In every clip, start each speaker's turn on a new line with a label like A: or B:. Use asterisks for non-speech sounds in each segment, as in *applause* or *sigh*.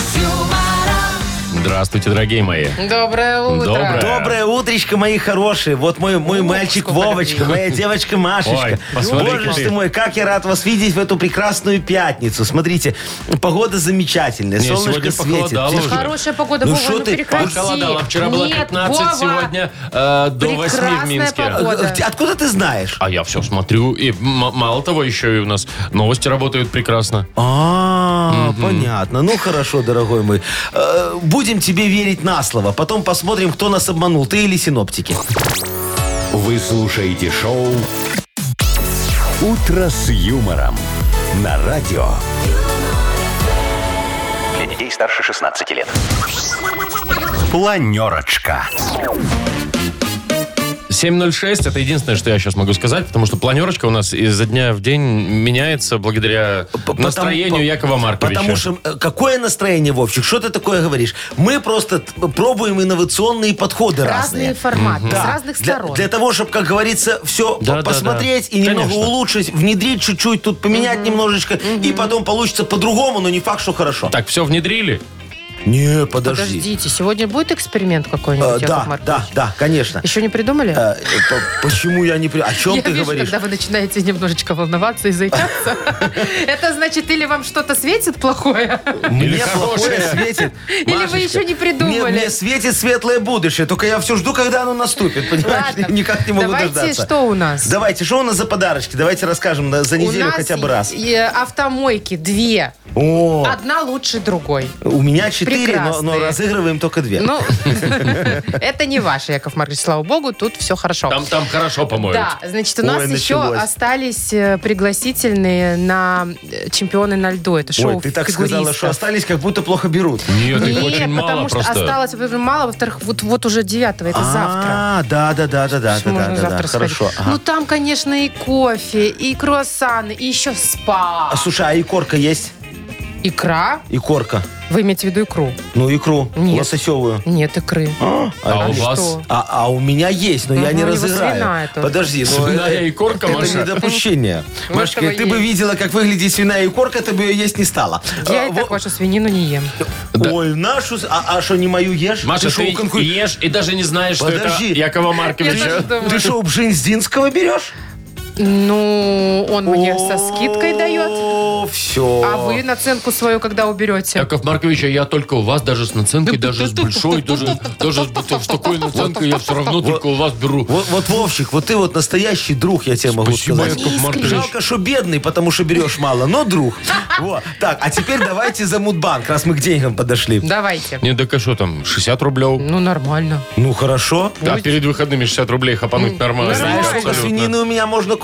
A: Здравствуйте, дорогие мои.
B: Доброе утро.
A: Доброе.
C: Доброе утречко, мои хорошие. Вот мой, мой мальчик Вовочка, моя девочка
A: Ой,
C: Машечка.
A: посмотри-ка
C: Боже ж
A: ты.
C: ты мой, как я рад вас видеть в эту прекрасную пятницу. Смотрите, погода замечательная,
A: Не, сегодня
C: солнышко светит.
A: похолодало уже.
B: Хорошая погода,
C: Ну
B: Вова,
C: шо
B: ну
C: ты,
B: прекрати.
A: Похолодало. Вчера было
B: Нет,
A: 15,
B: Вова.
A: сегодня э, до 8 в
B: Прекрасная
A: Минске.
B: погода.
C: Э, э, Откуда ты знаешь?
A: А я все смотрю, и м- мало того, еще и у нас новости работают прекрасно.
C: А, понятно. Ну хорошо, дорогой мой. Э, Будем тебе верить на слово. Потом посмотрим, кто нас обманул, ты или синоптики.
D: Вы слушаете шоу «Утро с юмором» на радио. Для детей старше 16 лет. Планерочка.
A: 7.06, это единственное, что я сейчас могу сказать, потому что планерочка у нас изо дня в день меняется благодаря
C: Потому-
A: настроению
C: по-
A: Якова Марковича.
C: Потому что э, какое настроение, Вовчик? Что ты такое говоришь? Мы просто т- пробуем инновационные подходы разные.
B: Разные форматы, с
C: Да.
B: разных
C: для,
B: сторон.
C: для того, чтобы, как говорится, все
A: Да, да,
C: посмотреть
A: да.
C: и немного
A: Конечно.
C: улучшить, внедрить чуть-чуть, тут поменять немножечко, и потом получится по-другому, но не факт, что хорошо.
A: Так, все внедрили?
C: Не, подожди.
B: Подождите, сегодня будет эксперимент
C: Э,
B: какой-нибудь, Яков
C: да,
B: Маркович?
C: да, да, конечно.
B: Еще не придумали?
C: Э, э, по- Почему я не... при- О чем
B: Я
C: ты
B: вижу,
C: говоришь?
B: когда вы начинаете немножечко волноваться и
C: *laughs*
B: заикаться. Это значит, или вам что-то светит плохое,
A: Или
C: Мне
A: хорошее?
C: плохое светит.
B: *laughs* или вы еще не
C: Мне, мне
B: придумали.
C: светит светлое будущее, только я все жду, когда оно наступит, понимаешь?
B: Ладно.
C: Никак не могу
B: Давайте,
C: дождаться.
B: что у нас?
C: Давайте, что у нас за подарочки? Давайте расскажем на- за
B: У
C: неделю
B: нас
C: хотя бы раз.
B: э, автомойки две.
C: О,
B: Одна лучше другой.
C: у меня четыре, но, но
B: прекрасные.
C: разыгрываем только две.
B: Ну, *laughs* это не ваше, Яков Маркович, слава богу, тут все хорошо.
A: Там, там хорошо помоют.
B: Да, значит, у
C: Ой,
B: нас еще
C: началось.
B: остались э, пригласительные на э, чемпионы на льду. Это шоу
C: Ой, ты так
B: фигуристов.
C: сказала, что остались, как будто плохо берут.
A: Нет, их
B: Нет,
A: очень
B: потому
A: мало
B: что
A: просто.
B: осталось во-первых, мало, во-вторых, вот, вот уже 9 это завтра.
C: А, да, да, да, да, да,
B: Что можно
C: да, да,
B: завтра
C: да,
B: сходить.
C: хорошо. ага.
B: Ну там, конечно, и кофе, и круассаны, и еще спа.
C: А, слушай, а икорка есть?
B: Икра?
C: Икорка.
B: Вы имеете в виду икру?
C: Ну, икру.
B: Нет.
C: Лососевую.
B: Нет икры.
A: А у
B: что?
A: вас?
C: А, а у меня есть, но
B: Мгм,
C: я не
B: у него
C: разыграю.
B: свиная тоже.
C: Подожди, ну,
A: Свиная
C: э,
A: икорка,
C: это
A: Маша?
C: недопущение.
B: Вот
C: Машка,
B: этого
C: ты бы
B: есть.
C: видела, как выглядит свиная икорка, ты бы ее есть не стала.
B: Я
C: А,
B: и
C: во-
B: так вашу свинину не ем.
A: Да.
C: Ой, нашу... с- А а что, не мою ешь?
A: Маша,
C: шо,
A: ты
C: у конкур-
A: ешь и даже не знаешь, что
C: Подожди.
A: это Якова Марковича.
B: тоже думаю.
C: Ты что, у Бжензинского берешь?
B: Ну, он мне со
C: О,
B: скидкой дает.
C: Все.
B: А вы наценку свою когда уберете?
A: Яков Маркович, а я только у вас, даже с наценкой, даже с большой, даже, даже с такой наценкой я все равно только у вас беру.
C: Вот, вот, Вовчик, вот ты вот настоящий друг, я тебе могу
A: Спасибо,
C: сказать.
A: Яков Маркович.
C: Жалко, что бедный, потому что берешь мало, но друг. Вот. Так, а теперь давайте за Мудбанк, раз мы к деньгам подошли.
B: Давайте.
A: Не, так а что там, 60 рублей?
B: Ну, нормально.
C: Ну, хорошо.
A: Да, перед выходными 60 рублей хапануть нормально.
C: Знаешь, сколько
A: Абсолютно.
C: свинины у меня можно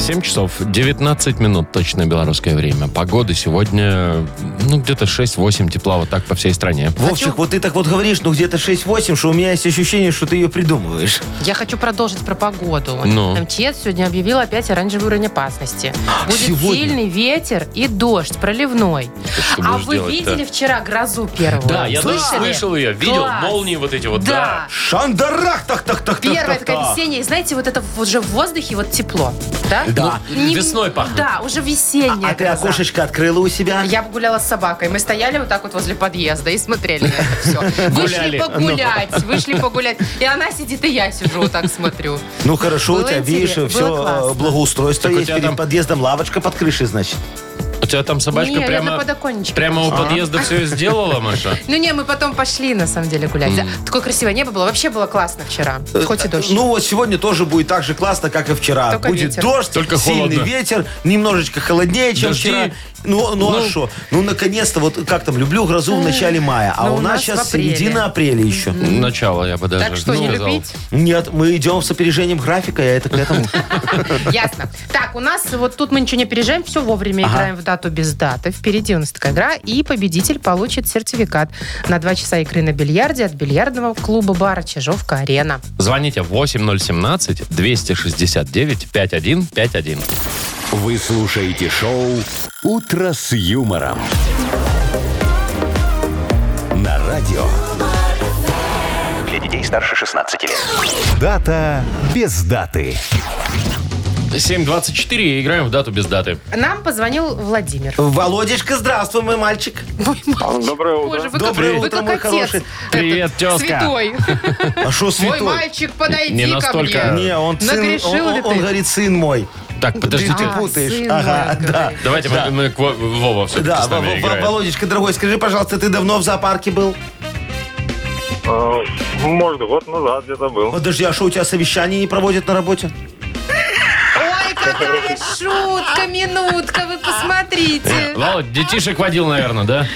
A: 7 часов 19 минут, точно белорусское время. Погода сегодня, ну, где-то 6-8 тепла, вот так по всей стране.
C: Вовчик, вот ты так вот говоришь, ну где-то 6-8, что у меня есть ощущение, что ты ее придумываешь.
B: Я хочу продолжить про погоду.
A: Ну. А,
B: МЧС сегодня объявил опять оранжевый уровень опасности. Будет
C: сегодня?
B: сильный ветер и дождь проливной.
A: что
B: А
A: будешь
B: вы
A: делать-то?
B: видели вчера грозу первую?
A: Да, я даже
B: Слышали?
A: слышал ее, видел
B: Класс.
A: молнии вот эти вот, да.
B: Да.
C: Шандарах, так, так, так, так,
B: Первая
C: так,
B: такая
C: так.
B: весенняя. И знаете, вот это вот уже в воздухе вот тепло. Да?
C: Да.
A: Ну, весной пахнет.
B: Да, уже весенняя
C: А ты
B: гроза.
C: окошечко открыла у себя?
B: Я погуляла с собакой. Мы стояли вот так вот возле подъезда и смотрели на это
A: *laughs*
B: все.
A: Гуляли.
B: Вышли погулять, вышли погулять. И она сидит, и я сижу, вот так смотрю.
C: Ну хорошо,
B: Было
C: у тебя,
B: интересно,
C: видишь,
B: было
C: все
B: классно.
C: благоустройство
A: Так у
C: есть
A: тебя
C: перед
A: там-
C: подъездом, лавочка под крышей, значит.
A: У тебя там собачка
B: Не, я на
A: прямо,
B: подоконничке
A: прямо у подъезда все и сделала, Маша?
B: Ну не, мы потом пошли, на самом деле, гулять. Да, Такое красивое небо было. Вообще было классно вчера. Хоть и дождь.
C: Ну вот сегодня тоже будет так же классно, как и вчера.
B: Только
C: будет
B: ветер.
C: дождь,
A: Только
C: сильный
A: холодно.
C: ветер, немножечко холоднее, чем
A: Дожди.
C: вчера. Ну, ну, а
A: Ну.
C: что? Ну наконец-то, вот как там, люблю грозу в начале мая, а
B: Ну,
C: у
B: у
C: нас
B: нас в
C: сейчас
B: апреле.
C: середина апреля еще.
A: Начало я бы даже
B: так что, не
A: сказал.
C: *laughs*
B: любить?
C: Нет, мы идем с опережением
B: *laughs*
C: графика, я это к этому.
B: Ясно. Так, у нас вот тут мы ничего не опережаем, все вовремя играем в дату без даты. Впереди у нас такая игра. И победитель получит сертификат на 2 часа игры на бильярде от бильярдного клуба бара «Чижовка-арена».
A: Звоните 8017-269-5151.
D: Вы слушаете шоу «Утро с юмором». На радио. Для детей старше 16 лет. Дата без даты.
A: 7.24 и играем в дату без даты.
B: Нам позвонил Владимир.
C: Володечка, здравствуй,
B: *laughs*
C: мой мальчик.
E: Доброе
B: Боже,
E: утро.
B: вы
C: Доброе
B: как, вы
C: утро,
B: как
C: мой
B: отец.
C: хороший.
A: Привет,
B: этот,
A: тезка.
B: Святой.
C: А что
B: Мой
C: святой?
B: мальчик, подойди
A: Не
B: ко
A: настолько.
B: мне.
C: Не, он сын,
B: Нагрешил
C: он,
B: ли
C: он-
B: ты?
C: он говорит, сын мой.
A: Так,
C: ты
A: подождите.
B: А,
C: путаешь.
B: сын
C: Ага,
B: мой,
C: да.
B: говорит.
A: Давайте мы- мы к Во- Вова все-таки
C: Да,
A: с нами
C: Во- Во-
A: играет.
C: Володечка, дорогой, скажи, пожалуйста, ты давно в зоопарке был?
E: Э, Может, год назад где-то был.
C: Подожди, а что у тебя совещание не проводят на работе?
B: Ой, какая шутка, минутка, вы посмотрите.
A: Володь, детишек водил, наверное, да?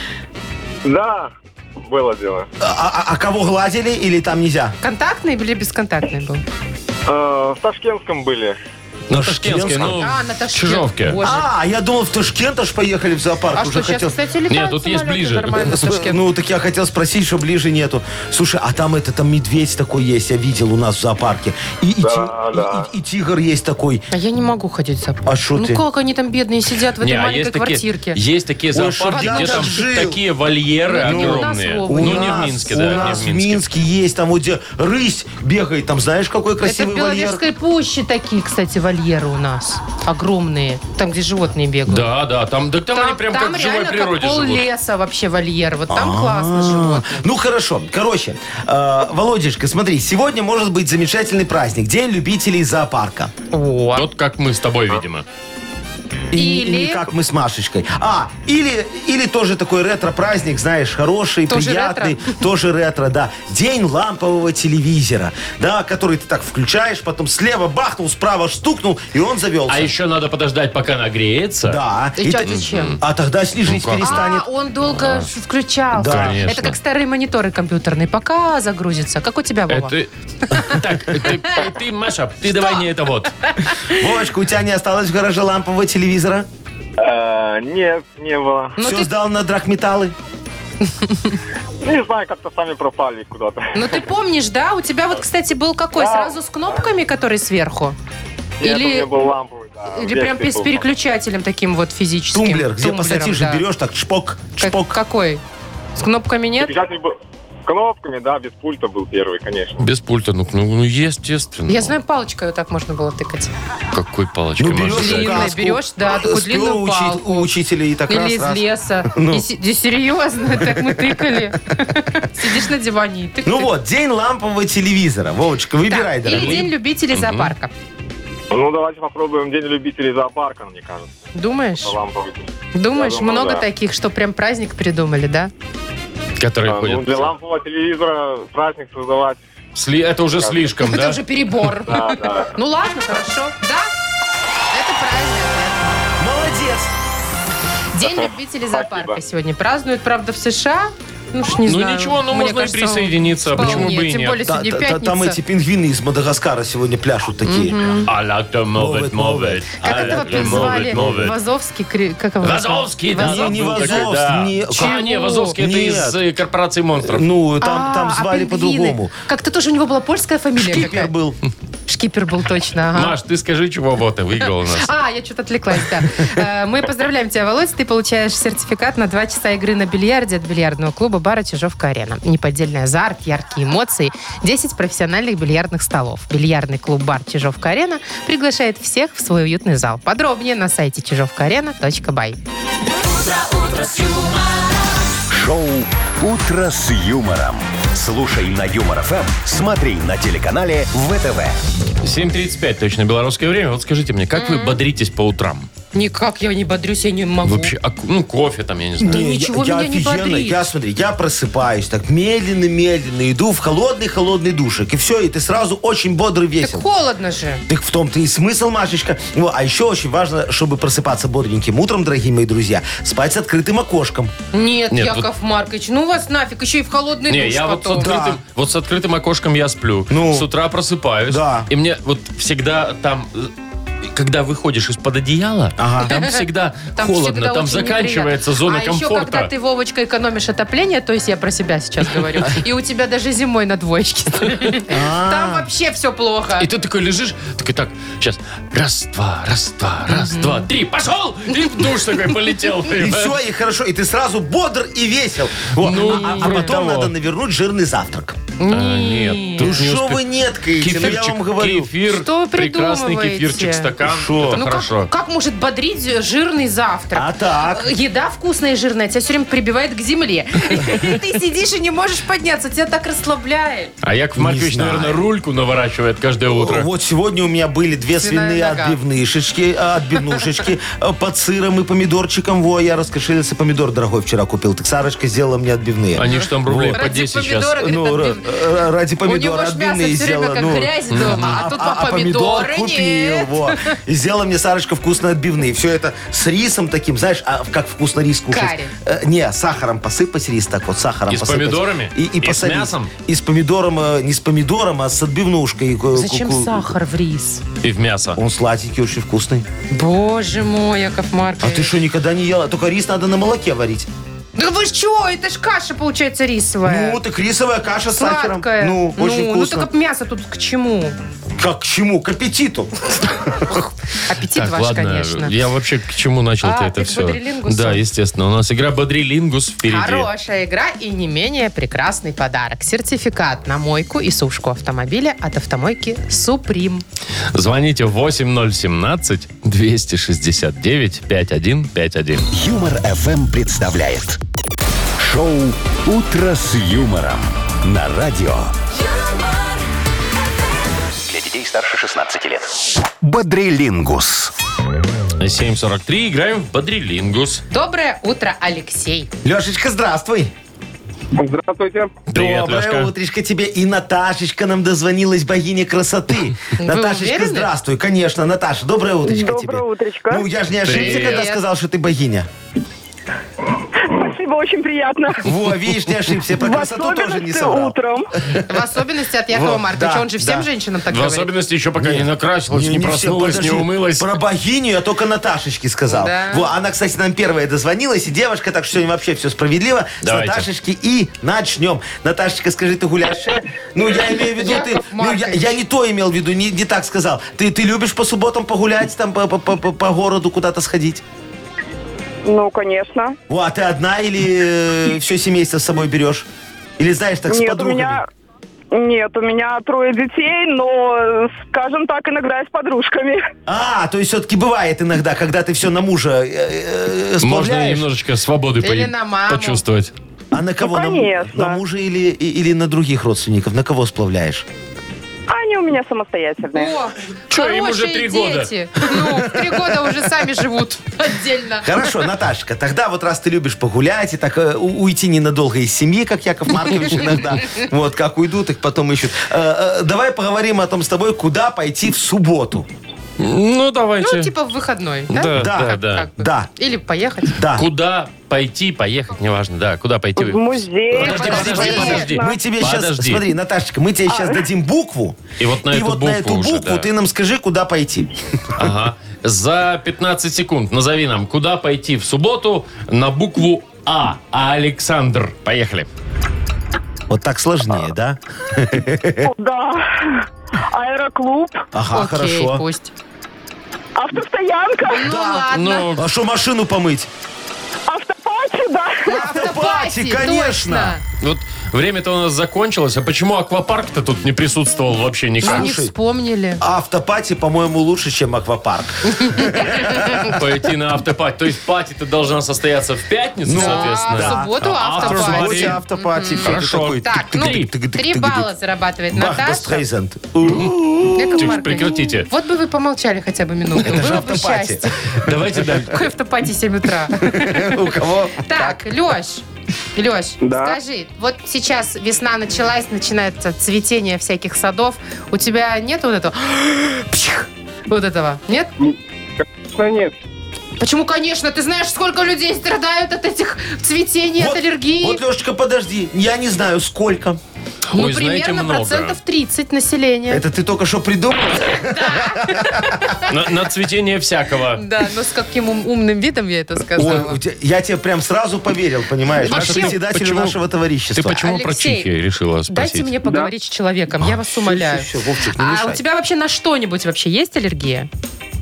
E: Да, было дело.
C: А, а- а кого гладили или там нельзя?
B: Контактный или бесконтактный был?
A: Ну,
E: Э, В Ташкентском были.
A: На Ташкентской, ну,
B: А, на Ташкент.
A: Чижовке.
B: Боже.
C: А, я думал, в Ташкент аж поехали в зоопарк.
B: А
C: Уже
B: что, сейчас,
C: хотел-
B: кстати, летают
A: Нет, тут есть
B: самолеты
A: ближе.
B: нормально в
C: Сп-
B: Ташкент?
C: Ну, так я хотел спросить, что ближе нету. Слушай, а там это, там медведь такой есть, я видел у нас в зоопарке. И, и
E: Да,
C: ти-
E: да.
C: и- и- и тигр есть такой.
B: А я не могу ходить в зоопарк.
C: А шо
B: ну
C: ты?
B: как они там бедные сидят в этой
A: Не, а
B: маленькой
A: есть такие,
B: квартирке?
A: есть такие
C: Ой,
A: зоопарки,
C: чтоб
A: где
C: я
A: там
C: так жил.
A: такие вольеры
B: Ну, не у нас,
A: огромные.
B: Вова,
A: ну,
B: не
A: не в
C: нас-
A: Минске,
C: у
A: да, не
C: нас
A: в Минске.
C: есть, там вот где рысь бегает, там знаешь, какой
B: Это в
C: красивый вольер?
B: Беловежской пуще такие, кстати, вольеры у нас. Огромные. Там, где животные бегают.
A: Да, да, там, да, там, они прям
B: там
A: как в живой
B: реально
A: природе
B: как пол
A: живут.
B: леса вообще вольер. Вот там
C: А,
B: классно животные.
C: Ну хорошо, короче, э, Володюшка, смотри, сегодня может быть замечательный праздник, День любителей зоопарка.
B: О.
A: Вот как мы с тобой, видимо.
C: И-
B: Или-
C: и как мы с Машечкой. А, или, или тоже такой ретро-праздник, знаешь, хороший,
B: Тоже
C: приятный. Тоже ретро, да. День лампового телевизора, да, который ты так включаешь, потом слева бахнул, справа штукнул, и он завелся.
A: А еще надо подождать, пока нагреется.
C: Да.
B: И
C: И
B: чё,
C: так-
B: зачем?
C: А тогда снижить
A: Ну как?
C: перестанет.
B: А, он долго ж включался.
C: Да.
A: Конечно.
B: Это как старые мониторы компьютерные. Пока загрузится. Как у тебя, Вова?
A: Это... Э, Так, э, ты, ты, Маша, ты давай не это вот.
C: Вовочка, у тебя не осталось в гараже лампового телевизора?
E: Э, Нет, не было.
B: Ну
C: Все
B: ты-
C: сдал на драгметаллы?
E: Не знаю, как-то сами пропали куда-то.
B: Ну ты помнишь, да? У тебя вот, кстати, был какой?
E: Да.
B: Сразу с кнопками, который сверху?
E: Нет, у
B: Или,
E: меня был ламповый, да.
B: или прям
E: версии
B: с
E: был.
B: переключателем таким вот физическим?
C: Тумблер, где
B: Тумблером,
C: пассатижи
B: да.
C: берешь, так шпок,
B: Как-
C: шпок.
B: какой? С кнопками нет?
E: Переключатель был кнопками, да, без пульта был первый, конечно.
A: Без пульта, ну, ну, ну, естественно.
B: Я знаю, палочкой вот так можно было тыкать.
A: Какой палочкой
C: Ну,
A: Маша?
C: берешь
B: Длинная
C: указку,
B: берешь, да, такую
C: спер
B: длинную
C: у учи-
B: палку.
C: у учителя и так раз,
B: Или из
C: раз. *laughs* Ну.
B: леса. И си- да серьезно, *laughs* так мы тыкали. Сидишь на диване и тык
C: Ну вот, день лампового телевизора. Вовочка, выбирай,
B: Или
C: дорогой.
B: день любителей зоопарка.
E: Ну, давайте попробуем День любителей зоопарка, мне кажется.
B: Думаешь?
E: Ламповый.
B: Думаешь,
E: Я думаю,
B: много
E: да.
B: таких, что прям праздник придумали, да?
A: Который
E: А, Ну,
A: ходит.
E: для лампового телевизора праздник создавать.
A: Сли- Это уже слишком,
B: Это
A: да?
B: уже перебор.
E: Да, да.
B: Ну ладно, хорошо. Да, это правильно.
C: Молодец.
B: День любителей зоопарка
E: Спасибо.
B: сегодня празднуют, правда, в США. Ну ж не
A: Ну,
B: знаю.
A: ничего, ну,
B: Мне
A: можно и
B: кажется,
A: присоединиться, а
B: вполне.
A: почему бы и
B: Тем
A: нет.
B: более
C: Та-
B: сегодня
C: та- та- Там эти
B: пятница.
C: пингвины из Мадагаскара сегодня пляшут такие.
A: I like to move it, move it.
B: Как
C: А,
A: I
B: этого
A: like to move it, move
B: призвали?
A: it.
B: Вазовский? кри- Как его?
A: Вазовский, да.
C: Не, не
A: был такой,
C: Вазовский,
A: да.
C: не-
A: А, не, Вазовский это
C: Нет.
A: из э, корпорации монстров.
C: Ну, там,
B: А,
C: там звали
B: а пингвины?
C: по-другому.
B: Как-то тоже у него была польская фамилия
C: Шкипер
B: какая-то.
C: был.
B: Шкипер был точно, ага.
A: Маш, ты скажи, чего вот ты выиграл у нас.
B: А, я что-то отвлеклась, да. Э, Мы поздравляем тебя, Володь. Ты получаешь сертификат на 2 часа игры на бильярде от бильярдного клуба бара «Чижовка-арена». Неподдельный азарт, яркие эмоции, 10 профессиональных бильярдных столов. Бильярдный клуб бар «Чижовка-арена» приглашает всех в свой уютный зал. Подробнее на сайте чижовкаарена.бай.
D: Шоу «Утро с юмором». Слушай на Юмор ФМ, смотри на телеканале ВТВ.
A: 7.35 точно белорусское время. Вот скажите мне, как вы бодритесь по утрам?
B: Никак я не бодрюсь, я не могу.
A: Вообще, а ку- ну, кофе там, я не знаю.
B: Да
C: Не, я-
B: ничего
C: я,
B: меня не
C: офигенно,
B: бодрит.
C: Я, смотри, я просыпаюсь так медленно-медленно, иду в холодный-холодный душик, и все, и ты сразу очень бодрый
B: Так
C: весел.
B: холодно же.
C: Так в том-то и смысл, Машечка. Ну, а еще очень важно, чтобы просыпаться бодреньким утром, дорогие мои друзья, спать с открытым окошком.
B: Нет,
A: Нет,
B: Яков Маркович, ну вас нафиг, еще и в *laughs* холодный
A: Не,
B: душ
A: я вот с,
B: потом.
A: открытым,
C: Да.
A: вот с открытым окошком я сплю.
C: Ну.
A: с утра просыпаюсь.
C: Да.
A: И мне вот всегда там э, когда выходишь из-под одеяла,
B: *laughs*
C: Ага.
A: там всегда холодно,
B: всегда
A: там
B: очень
A: заканчивается
B: неприятно.
A: зона
B: а еще
A: комфорта.
B: когда ты, Вовочка, экономишь отопление, то есть я про себя сейчас
A: *laughs*
B: говорю, и у тебя даже зимой на двоечке стоит. Там вообще все плохо.
A: А. И ты такой лежишь, такой так, сейчас, раз, два, раз, два, раз, два, три, пошел! И в душ такой полетел.
C: *laughs* И все, и хорошо, и ты сразу бодр и весел. Во,
A: Ну,
C: а- а, а
A: вроде
C: потом
A: того.
C: надо навернуть жирный завтрак.
A: А, нет,
C: Ну
A: тут не
C: что
A: успе-
C: вы нет, ну я
A: Кефирчик,
C: вам говорю.
A: кефир,
B: Что вы
A: прекрасный
B: придумываете?
A: кефирчик, стакан,
C: Шо?
A: это
B: Ну как-
A: хорошо.
B: Как может бодрить жирный завтрак? Э,
C: А так?
B: Еда вкусная и жирная тебя все время прибивает
A: *laughs*
B: к земле. И ты сидишь и не можешь подняться, тебя так расслабляет.
A: А Яков Маркович,
C: знаю.
A: наверное, рульку наворачивает каждое утро.
C: Вот сегодня у меня были две
B: Свиная
C: свиные
B: нога.
C: отбивнышечки, а, отбивнушечки э, под сыром и помидорчиком. Во, я раскошелился, помидор дорогой вчера купил. Так Сарочка сделала мне отбивные.
A: Они же там рублей по
B: Ради
A: 10 сейчас.
B: помидора, говорит,
C: Ну, ра-
B: отбивные.
C: ра- ради помидора
B: У него ж мясо
C: отбивные
B: все время
C: сделала.
B: как
C: ну.
B: грязь дома, а, тут по
C: помидор
B: помидоры
C: купил,
B: нет.
C: во. И сделала мне Сарочка вкусно отбивные. Все это с рисом таким, знаешь, а как вкусно рис кушать.
B: Карри.
C: Э, не, сахаром посыпать рис так вот, сахаром
A: И с
C: посыпать.
A: помидорами?
C: И, и
A: И с
C: посолить.
A: мясом?
C: И с помидором, э, не с помидором, а с отбивнушкой. Э,
B: Зачем
C: ку-ку.
B: сахар в рис?
A: И в мясо.
C: Он сладенький, очень вкусный.
B: Боже мой, Яков
C: А
B: Маркович.
C: ты что, никогда не ела? Только рис надо на молоке варить.
B: Да вы ж чего? Это ж каша получается рисовая.
C: Ну, так рисовая каша с
B: Сладкая.
C: сахаром. Ну, очень
B: ну,
C: вкусно.
B: Ну, так мясо тут к чему?
C: Как к чему? К аппетиту.
B: Аппетит ваш, конечно.
A: я вообще к чему начал-то
B: А,
A: это
B: ты к
A: все?
B: бодрилингусу?
A: Да, естественно. У нас игра Бодрилингус впереди.
B: Хорошая игра и не менее прекрасный подарок. Сертификат на мойку и сушку автомобиля от автомойки «Суприм».
A: Звоните 8017-269-5151.
D: Юмор FM представляет шоу Утро с юмором на радио
F: юмор,
G: Для детей старше 16 лет.
D: Бодрилингус.
A: 7.43. Играем в Бодрилингус.
B: Доброе утро, Алексей.
C: Лешечка, здравствуй.
E: Здравствуйте.
A: Привет,
C: Доброе
A: Лешка.
C: утречко тебе. И Наташечка нам дозвонилась, богиня красоты.
B: Вы
C: Наташечка,
B: уверены?
C: здравствуй. Конечно, Наташа, доброе утречко тебе.
H: Доброе утречко.
C: Ну, я же не ошибся,
A: Привет.
C: когда сказал, что ты богиня.
H: Спасибо, очень приятно.
C: Во, видишь, не ошибся. Про
H: В
C: красоту тоже не
H: особенности
C: соврал.
H: утром.
B: В особенности от Якова
C: Вот,
B: Марковича.
C: да,
B: Он же всем
C: да.
B: женщинам так
A: В
B: говорит.
A: особенности еще пока не накрасилась, не,
C: все,
A: проснулась, не
C: подожди.
A: умылась.
C: Про богиню я только Наташечке сказал.
B: Да.
C: Во, она, кстати, нам первая дозвонилась, и девушка, так что сегодня вообще все справедливо.
A: Давайте.
C: С Наташечки и начнем. Наташечка, скажи, ты гуляешь? Ну, я имею в виду, ты...
B: Яков
C: Ну, я,
B: Маркович.
C: я не то имел в виду, не, не так сказал. Ты, ты любишь по субботам погулять, там, по, по- по- по городу куда-то сходить?
H: Ну, конечно.
C: Во, а ты одна или все семейство с собой берешь? Или знаешь, так с
H: Нет, у
C: подругами?
H: меня... Нет, у меня трое детей, но, э, скажем так, иногда и с подружками.
C: А, то есть все-таки бывает иногда, когда ты все на мужа э, э,
A: Можно
C: сплавляешь.
A: немножечко свободы
B: Или
A: пои-
B: на маму.
A: почувствовать.
C: А на кого? На му-
H: конечно.
C: На, мужа или, и- или на других родственников? На кого сплавляешь?
H: Они у меня самостоятельные.
B: О,
A: Чё, им
B: хорошие
A: уже три года?
B: дети. Ну, в три года уже сами живут отдельно.
C: Хорошо, Наташка, тогда вот раз ты любишь погулять и так э, у- уйти ненадолго из семьи, как Яков Маркович иногда, вот, как уйдут, их потом ищут. Э, э, Давай поговорим о том с тобой, куда пойти в субботу.
A: Ну, давайте.
B: Ну, типа в выходной, да?
A: да, да,
C: Да.
A: да.
C: Как-
B: Как бы.
C: Да.
B: Или поехать.
C: Да.
A: Куда пойти, поехать, неважно, да, куда пойти.
H: В музей.
A: Подожди, подожди,
H: конечно.
A: подожди.
C: Мы тебе сейчас,
A: Подожди.
C: смотри, Наташечка, мы тебе сейчас дадим букву,
A: И вот на
C: и
A: эту
C: вот
A: букву
C: на эту
A: уже,
C: букву
A: да.
C: ты нам скажи, куда пойти.
A: Ага. За 15 секунд назови нам, куда пойти в субботу на букву А. Александр. Поехали.
C: Вот так
A: А.
C: сложнее, да?
H: Да. Аэроклуб,
C: Ага,
B: Окей,
C: хорошо.
B: пусть.
H: автостоянка,
B: Ну, ладно.
A: Ну,
C: А что машину помыть?
H: автопати, да.
C: автопати, конечно.
B: точно.
A: вот время-то у нас закончилось, а почему аквапарк-то тут не присутствовал вообще никак?
B: Мы не
C: Слушай.
B: вспомнили.
C: Автопати, по-моему, лучше, чем аквапарк.
A: Пойти на автопати. То есть пати-то должна состояться в пятницу, соответственно.
B: Ну, Да, в субботу
A: автопати.
C: В
A: Автопати.
C: субботе
B: автопати.
C: автопати. Всё, ты
A: Хорошо.
C: такой
B: Так, ну,
C: тык-тык-тык,
A: Три.
C: тык-тык-тык-тык-тык.
B: три балла зарабатывает
C: Бахда
B: Наташа.
C: Стрейзанд.
B: Яков
A: Тихо,
B: Маркович,
A: прекратите.
B: Вот бы вы помолчали хотя бы минуту.
C: Это же
B: Было бы
C: автопати.
B: счастье.
A: Давайте дальше.
B: Какой автопати 7 утра?
C: У кого?
B: Так, Леш. Леш,
E: Да.
B: скажи, вот сейчас весна началась, начинается цветение всяких садов. У тебя нет вот этого? Пчих! Вот этого? Нет?
E: Конечно, нет.
B: Почему, конечно, ты знаешь, сколько людей страдают от этих цветений,
C: Вот-
B: от аллергии.
C: Вот, Лешечка, подожди. Я не знаю, сколько.
B: Ну,
A: Ой, знаете,
B: примерно
A: много.
B: процентов 30 населения.
C: Это ты только что придумал?
A: На, на цветение всякого.
B: Да, но с каким ум- умным видом я это
C: Ой,
B: сказала.
C: у тебя- я тебе прям сразу поверил, понимаешь? Наш
B: Вообще,
C: председатель
A: почему-
C: нашего товарищества.
A: Ты почему про
B: Алексей,
A: чихи решила спросить?
B: Дайте мне поговорить с человеком, я вас умоляю.
C: Всё, всё, Вовчик, не
B: А
C: мешай.
B: у тебя вообще на что-нибудь вообще есть аллергия?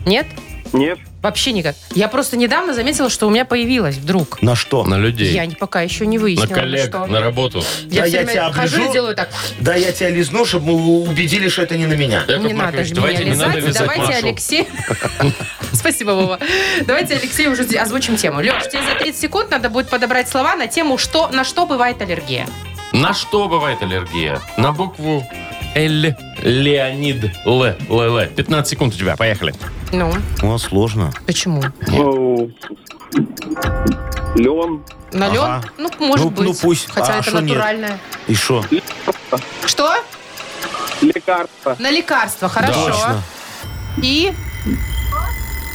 B: Нет?
E: Нет.
B: Вообще никак. Я просто недавно заметила, что у меня появилась вдруг.
C: На что?
A: На людей.
B: Я не- пока еще не выяснила.
A: на
B: на
A: коллег,
B: что.
A: на работу.
B: Я
C: Да,
B: все
C: я
B: время
C: тебя
B: хожу и
C: оближу.
B: делаю так.
C: Да, я тебя лизну, чтобы мы убедили, что это не на меня.
A: Яков
B: не
A: Маркович,
B: надо
A: давайте
B: меня
A: не
B: лизать.
A: надо лизать
B: Давайте
A: Машу.
B: Алексей... *laughs* Спасибо, Вова. Давайте, Алексей, уже здесь озвучим тему. Леш, тебе за 30 секунд надо будет подобрать слова на тему, что, на что бывает аллергия.
A: На что бывает аллергия? На букву Л. Леонид. Л. Л. Л. 15 секунд у тебя. Поехали.
B: Ну,
C: Ну, сложно.
B: почему?
E: Лен.
B: На лен?
C: Ага.
B: Ну, может
C: Ну,
B: быть.
C: ну пусть.
B: Хотя
C: А
B: это
C: шо нет?
B: натуральное.
C: И что?
B: Что?
E: Лекарство.
B: На лекарство, хорошо.
C: Точно.
B: И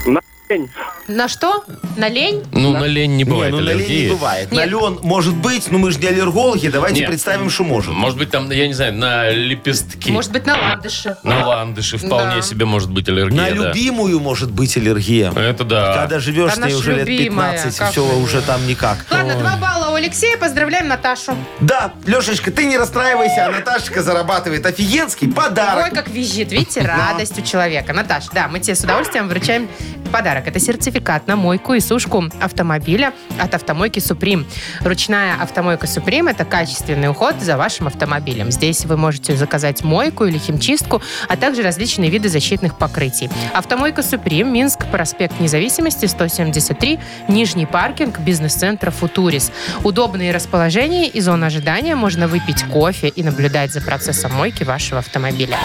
E: На лень.
B: на что? На лень?
A: Ну, на лень не бывает
C: не, ну, на лень
A: аллергии.
C: не бывает.
B: Нет.
C: На лен может быть, но мы же не аллергологи, давайте
A: Нет.
C: представим, что можем.
A: Может быть, там, я не знаю, на лепестки.
B: Может быть, на ландыши.
A: На ландыши вполне
B: Да.
A: себе может быть аллергия.
C: На
A: да.
C: любимую может быть аллергия.
A: Это да.
C: Когда живешь с
B: Она
C: ней
B: ж
C: уже лет
B: любимая,
C: 15,
B: как
C: все
B: же.
C: уже там никак.
B: Ладно, два балла у Алексея. Поздравляем Наташу.
C: Да, Лешечка, ты не расстраивайся, а Наташечка зарабатывает офигенский
B: Ой,
C: подарок.
B: как визжит. Видите, радость у человека. Наташ, да, мы тебе с удовольствием вручаем подарок. Это сертификат на мойку и сушку автомобиля от автомойки «Суприм». Ручная автомойка «Суприм» — это качественный уход за вашим автомобилем. Здесь вы можете заказать мойку или химчистку, а также различные виды защитных покрытий. Автомойка «Суприм», Минск, проспект Независимости, 173, Нижний паркинг, бизнес-центр «Футурис». Удобные расположения и зона ожидания. Можно выпить кофе и наблюдать за процессом мойки вашего автомобиля.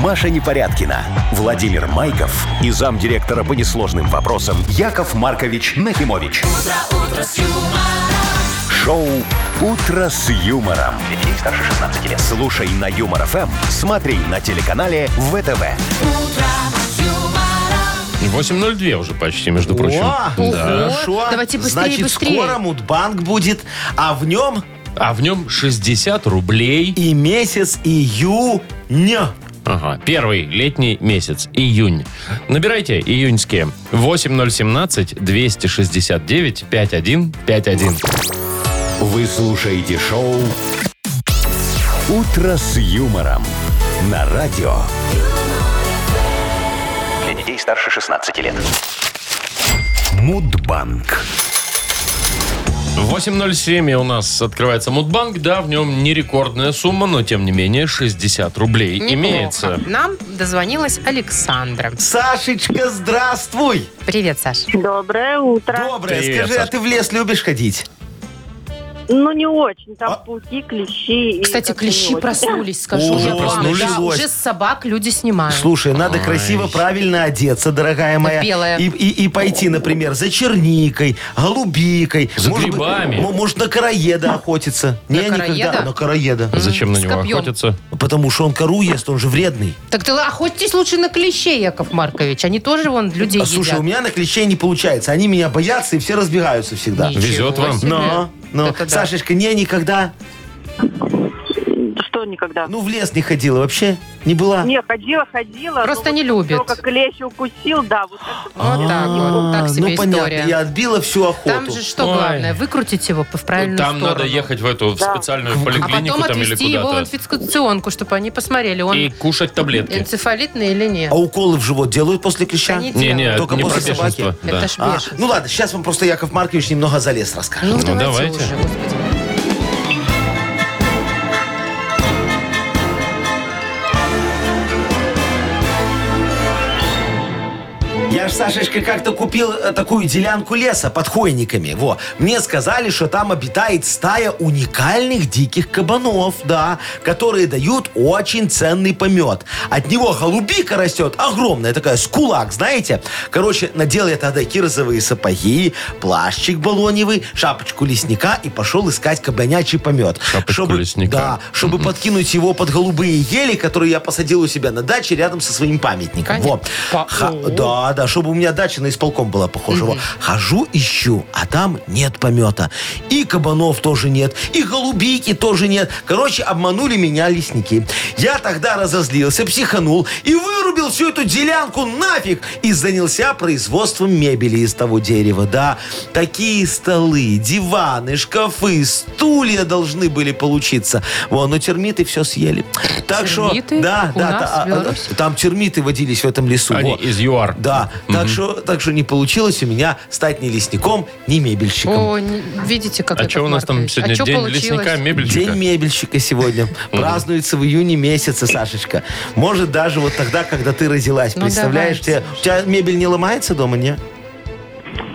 D: Маша Непорядкина, Владимир Майков и замдиректора по несложным вопросам Яков Маркович Нахимович. Шоу Утро с юмором. Для детей старше 16 лет. Слушай на юмор ФМ, смотри на телеканале ВТВ.
A: 8.02 уже почти, между прочим.
C: О,
A: Да.
C: хорошо.
B: Давайте быстрее,
C: Значит,
B: быстрее.
C: скоро Мудбанк будет, а в нем
A: А в нем 60 рублей.
C: и месяц июня.
A: Ага, первый летний месяц, июнь. Набирайте июньские. 8017-269-5151.
D: Вы слушаете шоу Утро с юмором на радио.
G: Для детей старше 16 лет.
D: Мудбанк.
A: 8.07 и у нас открывается Мудбанк. Да, в нем не рекордная сумма, но тем не менее 60 рублей имеется.
B: Неплохо. Нам дозвонилась Александра.
C: Сашечка, здравствуй!
B: Привет, Саш.
F: Доброе утро.
C: Доброе,
A: Привет,
C: скажи,
A: Саш.
C: а ты в лес любишь ходить?
F: Ну, не очень. Там
C: А?
F: пауки, клещи. и
B: Кстати,
F: как-то не
B: клещи
F: очень.
B: проснулись, скажу
C: Уже
B: я вам.
C: проснулись?
B: Да, уже с собак люди снимают.
C: Слушай, надо красиво, правильно одеться, дорогая моя.
B: белое.
C: И, и- и пойти, например, за черникой, голубикой.
A: За
C: Может быть,
A: грибами.
C: мо- может, на короеда охотиться.
B: На
C: Не,
B: короеда?
C: никогда. На короеда.
A: Зачем на
B: С
A: него
B: копьем.
A: охотиться?
C: Потому что он кору ест, он же вредный.
B: Так ты охотитесь лучше на клещей, Яков Маркович. Они тоже вон людей
C: А, слушай,
B: едят.
C: у меня на клещей не получается. Они меня боятся и все разбегаются всегда.
B: Ничего
A: Везет вам.
B: себе.
C: Но, но,
B: Это да.
C: Сашечка, не, никогда.
F: Что никогда?
C: Ну, в лес не ходила вообще. Не была.
F: Не, ходила, ходила.
B: Просто
F: ну,
B: не
F: вот
B: любит.
F: всё, как клещ укусил, да. Вот это
B: Вот так вот.
C: А,
B: Так себе
C: ну, понятно,
B: история.
C: я отбила всю охоту.
B: Там же что
A: Ой.
B: главное? Выкрутить его по правильному
A: Там надо ехать в эту в
F: Да.
A: специальную
B: А
A: поликлинику
B: потом
A: там или
B: отвезти его в
A: куда-то.
B: инфекционку, чтобы они посмотрели,
A: И
B: он
A: кушать таблетки.
B: энцефалитный или нет.
C: А уколы в живот делают после клеща?
B: Они
A: Не, не,
C: Только
A: не про
C: после
A: бешенство.
C: собаки.
A: Да.
B: Это ж
C: А,
B: бешенство.
C: ну ладно, сейчас вам просто Яков Маркович немного за лес расскажет.
B: Ну,
A: Ну,
B: давайте,
A: давайте.
B: уже, господи.
C: Я ж, Сашечка, как-то купил э, такую делянку леса под хойниками. Во. Мне сказали, что там обитает стая уникальных диких кабанов, да, которые дают очень ценный помет. От него голубика растет огромная такая, с кулак, знаете? Короче, надел я тогда кирзовые сапоги, плащик балоневый, шапочку лесника и пошел искать кабанячий помет.
A: Шапочку лесника.
C: Да, чтобы подкинуть его под голубые ели, которые я посадил у себя на даче рядом со своим памятником.
B: Конечно.
C: Вот.
B: Па-
C: Ха-
B: О.
C: да, да, чтобы чтобы у меня дача на исполком была похожа. Во. Хожу, ищу, а там нет помета. И кабанов тоже нет, и голубики тоже нет. Короче, обманули меня лесники. Я тогда разозлился, психанул и вырубил всю эту делянку нафиг и занялся производством мебели из того дерева. Да, такие столы, диваны, шкафы, стулья должны были получиться. Вон, но термиты все съели. Так
B: Термиты?
C: что, да,
B: У
C: да,
B: нас,
C: та-
B: в Беларуси?
C: там термиты водились в этом лесу.
A: Они
C: Во.
A: из ЮАР.
C: Да, так, что, так что не получилось у меня стать ни лесником, ни мебельщиком.
B: О, не- видите, как
A: А
B: это,
A: что у нас там
B: Маркович? А
A: сегодня?
B: чё
A: День
B: получилось?
A: лесника,
C: День
A: мебельщика?
C: мебельщика сегодня. Празднуется в июне месяце, Сашечка. Может, даже вот тогда, когда ты родилась.
B: Ну,
C: Представляешь,
B: давай,
C: тебе- у тебя мебель не ломается дома, не?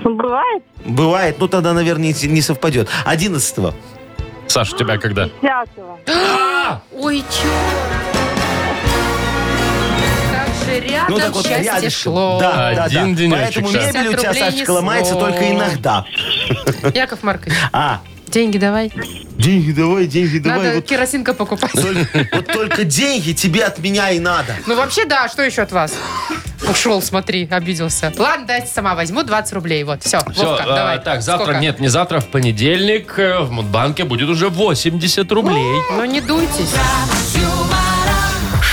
F: Ну, Бывает
C: Бывает, ну тогда, наверное, не- не совпадет. 11
A: Саш, у тебя когда?
F: 10-го.
B: Ой, чё? Как же рядом
C: Ну так вот
B: А счастье
C: рядышком.
B: шло.
C: Да, да,
A: Один
C: да.
A: денечек,
C: Поэтому
A: Саш.
C: мебель у
B: 50
C: тебя,
B: рублей
C: Сашечка,
B: несло.
C: ломается только иногда.
B: Яков
C: *laughs*
B: Маркович,
C: А,
B: деньги давай.
C: деньги давай, деньги
B: Надо *laughs*
C: давай. Вот
B: керосинка покупать.
C: только- Вот только деньги тебе от меня и надо.
B: Ну вообще, да, что еще от вас? Ушел, смотри, обиделся. Ладно, дайте сама возьму 20 рублей. Вот, все,
A: Все,
B: Вовка, давай.
A: а, так, завтра,
B: Сколько?
A: нет, не завтра, в понедельник э, в Мудбанке будет уже 80 рублей.
B: Ну не дуйтесь.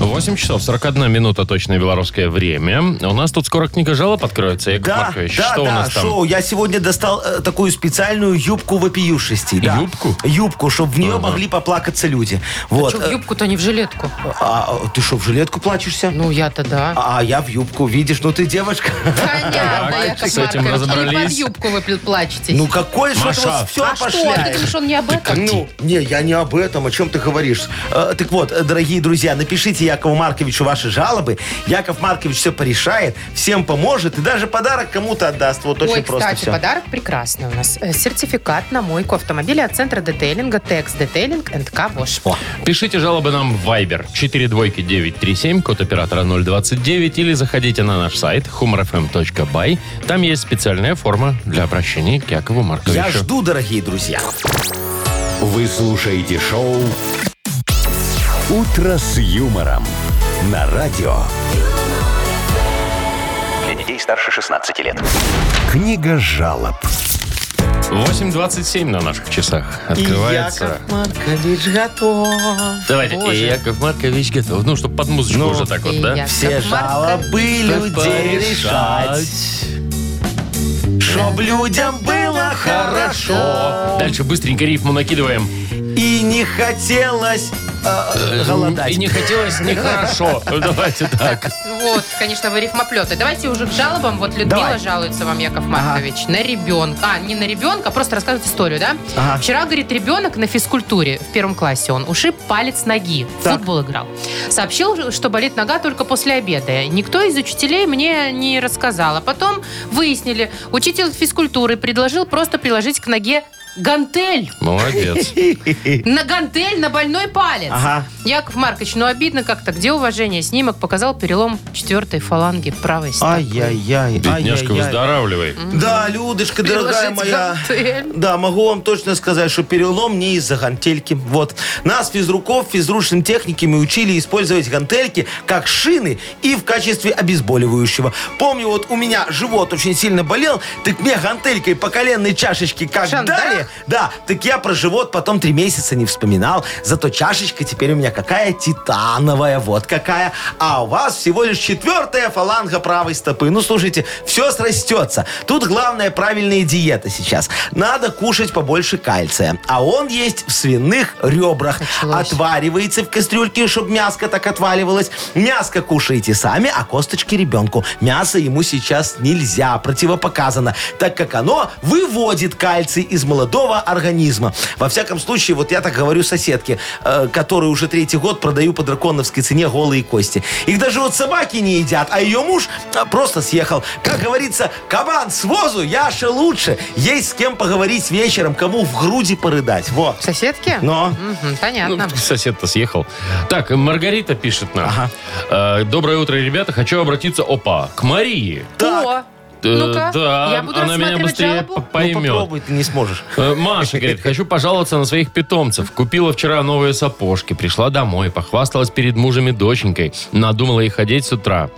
A: 8 часов 41 минута точное белорусское время. У нас тут скоро книга жалоб откроется, Яков
C: Да,
A: Маркович.
C: да,
A: что
C: да,
A: у нас там?
C: шоу. Я сегодня достал э, такую специальную юбку вопиюшести. Да.
A: Юбку?
C: Юбку, чтобы в нее могли поплакаться люди. Вот.
B: А Чё,
A: э,
B: в юбку-то не в жилетку.
C: А, а, ты что, в жилетку плачешься?
B: Ну я-то да.
C: А я в юбку, видишь, ну
B: *laughs*
C: ты девочка.
B: Понятно,
A: Так,
B: Яков
A: с этим
B: Маркович. Или под
A: разобрались.
B: юбку вы пл- плачетесь.
C: Ну какой же
A: Маша,
C: все
B: а что? Ты думаешь, он не об этом?
C: Ну, не, я не об этом, о чем ты говоришь. Э, так вот, э, дорогие друзья, напишите Якову Марковичу ваши жалобы. Яков Маркович все порешает, всем поможет и даже подарок кому-то отдаст. Вот очень
B: Ой,
C: просто
B: кстати,
C: все.
B: подарок прекрасный у нас. Э, Сертификат на мойку автомобиля от центра детейлинга Текс Детейлинг НК Вош.
A: Пишите жалобы нам в Viber 42937, код оператора 029, или заходите на наш сайт humorfm.by. Там есть специальная форма для обращения к Якову Марковичу.
C: Я жду, дорогие друзья.
D: Вы слушаете шоу «Утро с юмором» на радио.
G: Для детей старше 16 лет.
D: Книга жалоб.
A: 8.27 на наших часах открывается.
C: Яков Маркович готов.
A: Давайте,
B: Боже.
A: и Яков Маркович готов. Ну, чтобы под музычку уже так вот, да?
C: Все жалобы людей решать, чтоб людям было хорошо.
A: О, дальше быстренько рифму накидываем.
C: И не хотелось э,
A: И
C: голодать.
A: не хотелось
C: *laughs*
A: нехорошо. Давайте так.
B: Вот, конечно, вы рифмоплеты. Давайте уже к жалобам. Вот Людмила
C: Давай.
B: жалуется вам, Яков Маркович, на ребенка. А, не на ребенка, а просто рассказывает историю, да?
C: Ага.
B: Вчера, говорит, ребенок на физкультуре в первом классе. Он ушиб палец ноги. В
C: Так.
B: Футбол играл. Сообщил, что болит нога только после обеда. Никто из учителей мне не рассказал. А потом выяснили, учитель физкультуры предложил просто приложить к ноге гантель. *laughs*
A: Молодец.
B: На гантель, на больной палец.
C: Ага.
B: Яков Маркович, ну обидно как-то. Где уважение? Снимок показал перелом четвертой фаланги
C: А.
B: правой стопы.
C: Ай-яй-яй.
A: Бедняжка,
C: ай-яй-яй.
A: выздоравливай.
C: Да, Людочка, дорогая
B: Приложить
C: моя.
B: гантель.
C: Да, могу вам точно сказать, что перелом не из-за гантельки. Вот. Нас, физруков, физручным техниками учили использовать гантельки как шины и в качестве обезболивающего. Помню, вот у меня живот очень сильно болел, так мне гантелькой по коленной чашечке как
B: Шандах?
C: дали, да, так я про живот потом три месяца не вспоминал. Зато чашечка теперь у меня какая титановая, вот какая. А у вас всего лишь четвертая фаланга правой стопы. Ну, слушайте, все срастется. Тут главное правильная диета сейчас. Надо кушать побольше кальция. А он есть в свиных ребрах.
B: Началось.
C: Отваривается в кастрюльке, чтобы мяско так отваливалось. Мяско кушаете сами, а косточки ребенку. Мясо ему сейчас нельзя, противопоказано, так как оно выводит кальций из молодого организма. Во всяком случае, вот я так говорю соседке, э, которой уже третий год продаю по драконовской цене голые кости. Их даже вот собаки не едят, а ее муж э, просто съехал. Как говорится, кабан с возу, Яша лучше. Есть с кем поговорить вечером, кому в груди порыдать. Вот.
B: Соседки?
C: Но...
B: Мгм,
A: Ну,
B: понятно.
A: сосед-то съехал. Так, Маргарита пишет нам. Э, Доброе утро, ребята. Хочу обратиться, опа, к Марии.
C: Ну, Так.
B: О,
A: э,
B: Ну-ка,
A: да,
B: я буду
A: она меня
B: рассматривать
A: быстрее
B: жалобу.
A: п- поймет.
C: Ну, попробуй, ты не сможешь.
A: Э, Маша говорит, хочу пожаловаться на своих питомцев. Купила вчера новые сапожки, пришла домой, похвасталась перед мужем и доченькой. Надумала их одеть с утра.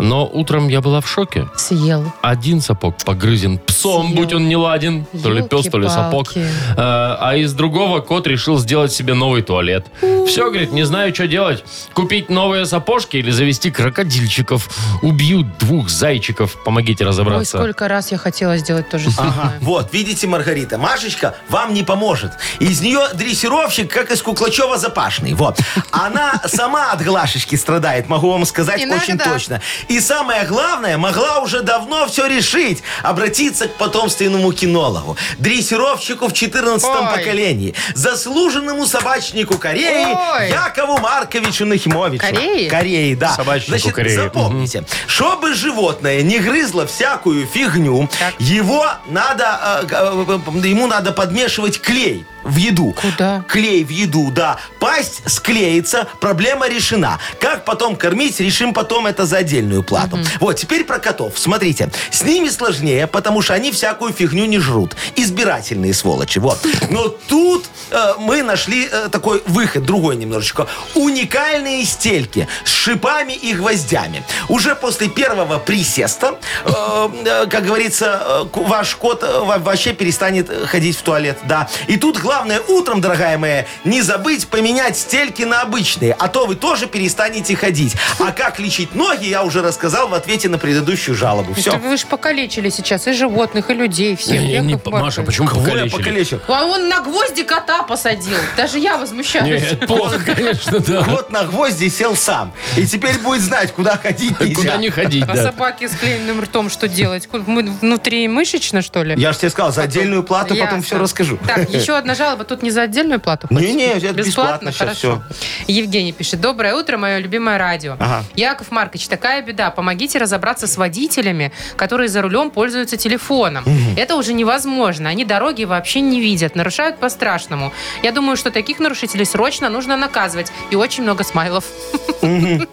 A: Но утром я была в шоке.
B: Съел.
A: Один сапог погрызен псом,
B: Съел.
A: будь он не ладен. То ли пес, то ли сапог.
B: Ёлки-палки.
A: Э, А из другого кот решил сделать себе новый туалет. Все, говорит, не знаю, что делать. Купить новые сапожки или завести крокодильчиков. Убьют двух зайчиков. Помогите
B: Ой,
A: разобраться.
B: сколько раз я хотела сделать то же самое.
C: Вот, видите, Маргарита, Машечка вам не поможет. Из нее дрессировщик, как из Куклачева запашный. Вот. Она сама от глашечки страдает, могу вам сказать
B: Иногда.
C: очень точно. И самое главное, могла уже давно все решить. Обратиться к потомственному кинологу. Дрессировщику в 14-м
B: Ой.
C: поколении. Заслуженному собачнику Кореи
B: Ой.
C: Якову Марковичу Нахимовичу.
B: Кореи?
C: Кореи, да.
A: Собачнику
C: Значит,
A: Кореи.
C: запомните. Смотрите, чтобы животное не грызло всякую фигню, его надо, э, э, э, ему надо подмешивать клей в еду.
B: Куда?
C: Клей в еду, да. Пасть склеится, проблема решена. Как потом кормить, решим потом это за отдельную плату. Вот, теперь про котов. Смотрите, с ними сложнее, потому что они всякую фигню не жрут. Избирательные сволочи, вот. Но тут э, мы нашли э, такой выход, другой немножечко. Уникальные стельки с шипами и гвоздями. Уже после первого присеста, э, э, как говорится, э, ку- ваш кот э, во- вообще перестанет э, ходить в туалет, да. И тут главное утром, дорогая моя, не забыть поменять стельки на обычные, а то вы тоже перестанете ходить. А как лечить ноги, я уже рассказал в ответе на предыдущую жалобу.
B: Это
C: Все.
B: Вы же покалечили сейчас и животных, и людей всех.
A: Не, не,
B: Яков
A: по-
B: Маркович.
A: Маша, почему покалечили?
B: А он на гвозди кота посадил. Даже я возмущаюсь.
A: Нет, плохо, конечно, да.
C: Кот на гвозди сел сам. И теперь будет знать, куда ходить нельзя.
A: Ну, Куда не ходить,
B: А
A: да.
B: собаке с клеенным ртом что делать? Ку- мы Внутри мышечно, что ли?
C: Я же тебе сказал, за отдельную плату А потом
B: Ясно.
C: все расскажу.
B: Так, еще одна жалоба. Тут не за отдельную плату?
C: Не,
B: хочешь?
C: не, это бесплатно щас
B: хорошо. Евгений пишет. Доброе утро, мое любимое радио.
C: Ага.
B: Яков Маркович, такая беда. Помогите разобраться с водителями, которые за рулем пользуются телефоном. Это уже невозможно. Они дороги вообще не видят. Нарушают по-страшному. Я думаю, что таких нарушителей срочно нужно наказывать. И очень много смайлов. *laughs*
C: Мгм.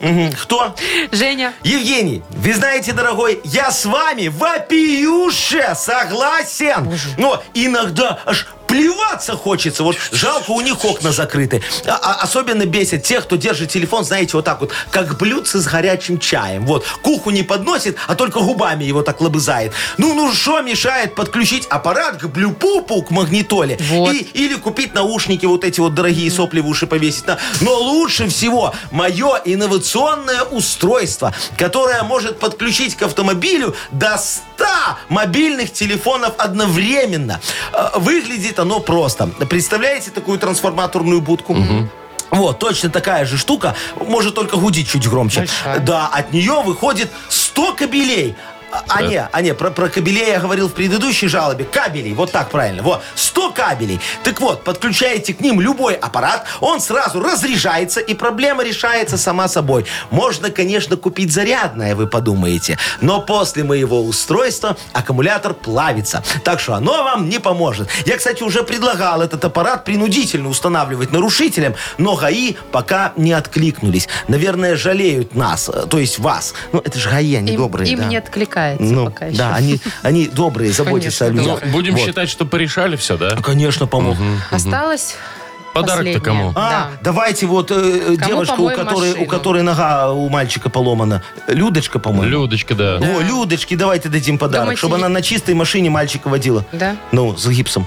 C: Кто?
B: Женя.
C: Евгений, вы знаете, дорогой, я с вами вопиюше согласен. Но иногда аж плеваться хочется. Вот жалко, у них окна закрыты. А- а- особенно бесит тех, кто держит телефон, знаете, вот так вот, как блюдце с горячим чаем. Вот, куху не подносит, а только губами его так лобызает. Ну, ну, что мешает подключить А аппарат к блюпупу, к магнитоле?
B: Вот.
C: И или купить наушники вот эти вот дорогие сопли в уши повесить. На- Но лучше всего мое инновационное устройство, которое может подключить к автомобилю до 100 мобильных телефонов одновременно. Э, Выглядит оно просто. Представляете такую трансформаторную будку? Вот, точно такая же штука, может только гудить чуть громче.
B: Большая.
C: Да, от нее выходит 100 кабелей. А, а не, а не, про, про кабелей я говорил в предыдущей жалобе. Кабелей, вот так правильно. Вот, 100 кабелей. Так вот, подключаете к ним любой аппарат, он сразу разряжается, и проблема решается сама собой. Можно, конечно, купить зарядное, вы подумаете. Но после моего устройства аккумулятор плавится. Так что оно вам не поможет. Я, кстати, уже предлагал этот аппарат принудительно устанавливать нарушителям, но ГАИ пока не откликнулись. Наверное, жалеют нас, э, то есть вас. Ну, это же ГАИ, они
B: Им,
C: добрые,
B: им
C: да.
B: не откликается
C: Ну,
B: пока еще.
C: да, они, они добрые, заботятся о
B: Конечно,
C: людях.
A: Ну, будем
C: Вот.
A: считать, что порешали все, да?
C: Конечно, помог.
B: Осталось
A: Подарок-то
B: последнее.
A: кому?
C: А,
B: Да.
C: давайте вот э, девочка, у
B: помоем
C: которой, у
B: машину?
C: которой нога у мальчика поломана. Людочка, по-моему.
A: Людочка, да.
C: О, Людочке давайте дадим подарок,
B: Думаете,
C: чтобы
B: не-
C: она на чистой машине мальчика водила.
B: Да.
C: Ну, с гипсом.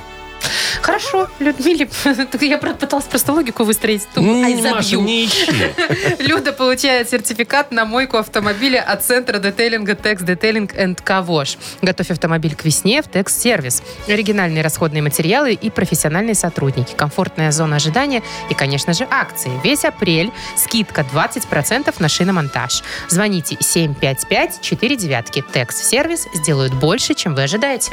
B: Хорошо, Людмиле. *laughs* Так Я про- пыталась просто логику выстроить. тупо.
A: Ну,
B: Ай,
A: Маша,
B: забью.
A: не ищи.
B: Люда получает сертификат на мойку автомобиля от центра детейлинга Текс Детейлинг энд Кавош. Готовь автомобиль к весне в Текс Сервис. Оригинальные расходные материалы и профессиональные сотрудники. Комфортная зона ожидания и, конечно же, акции. Весь апрель скидка 20% на шиномонтаж. Звоните 755-49. Текс Сервис сделают больше, чем вы ожидаете.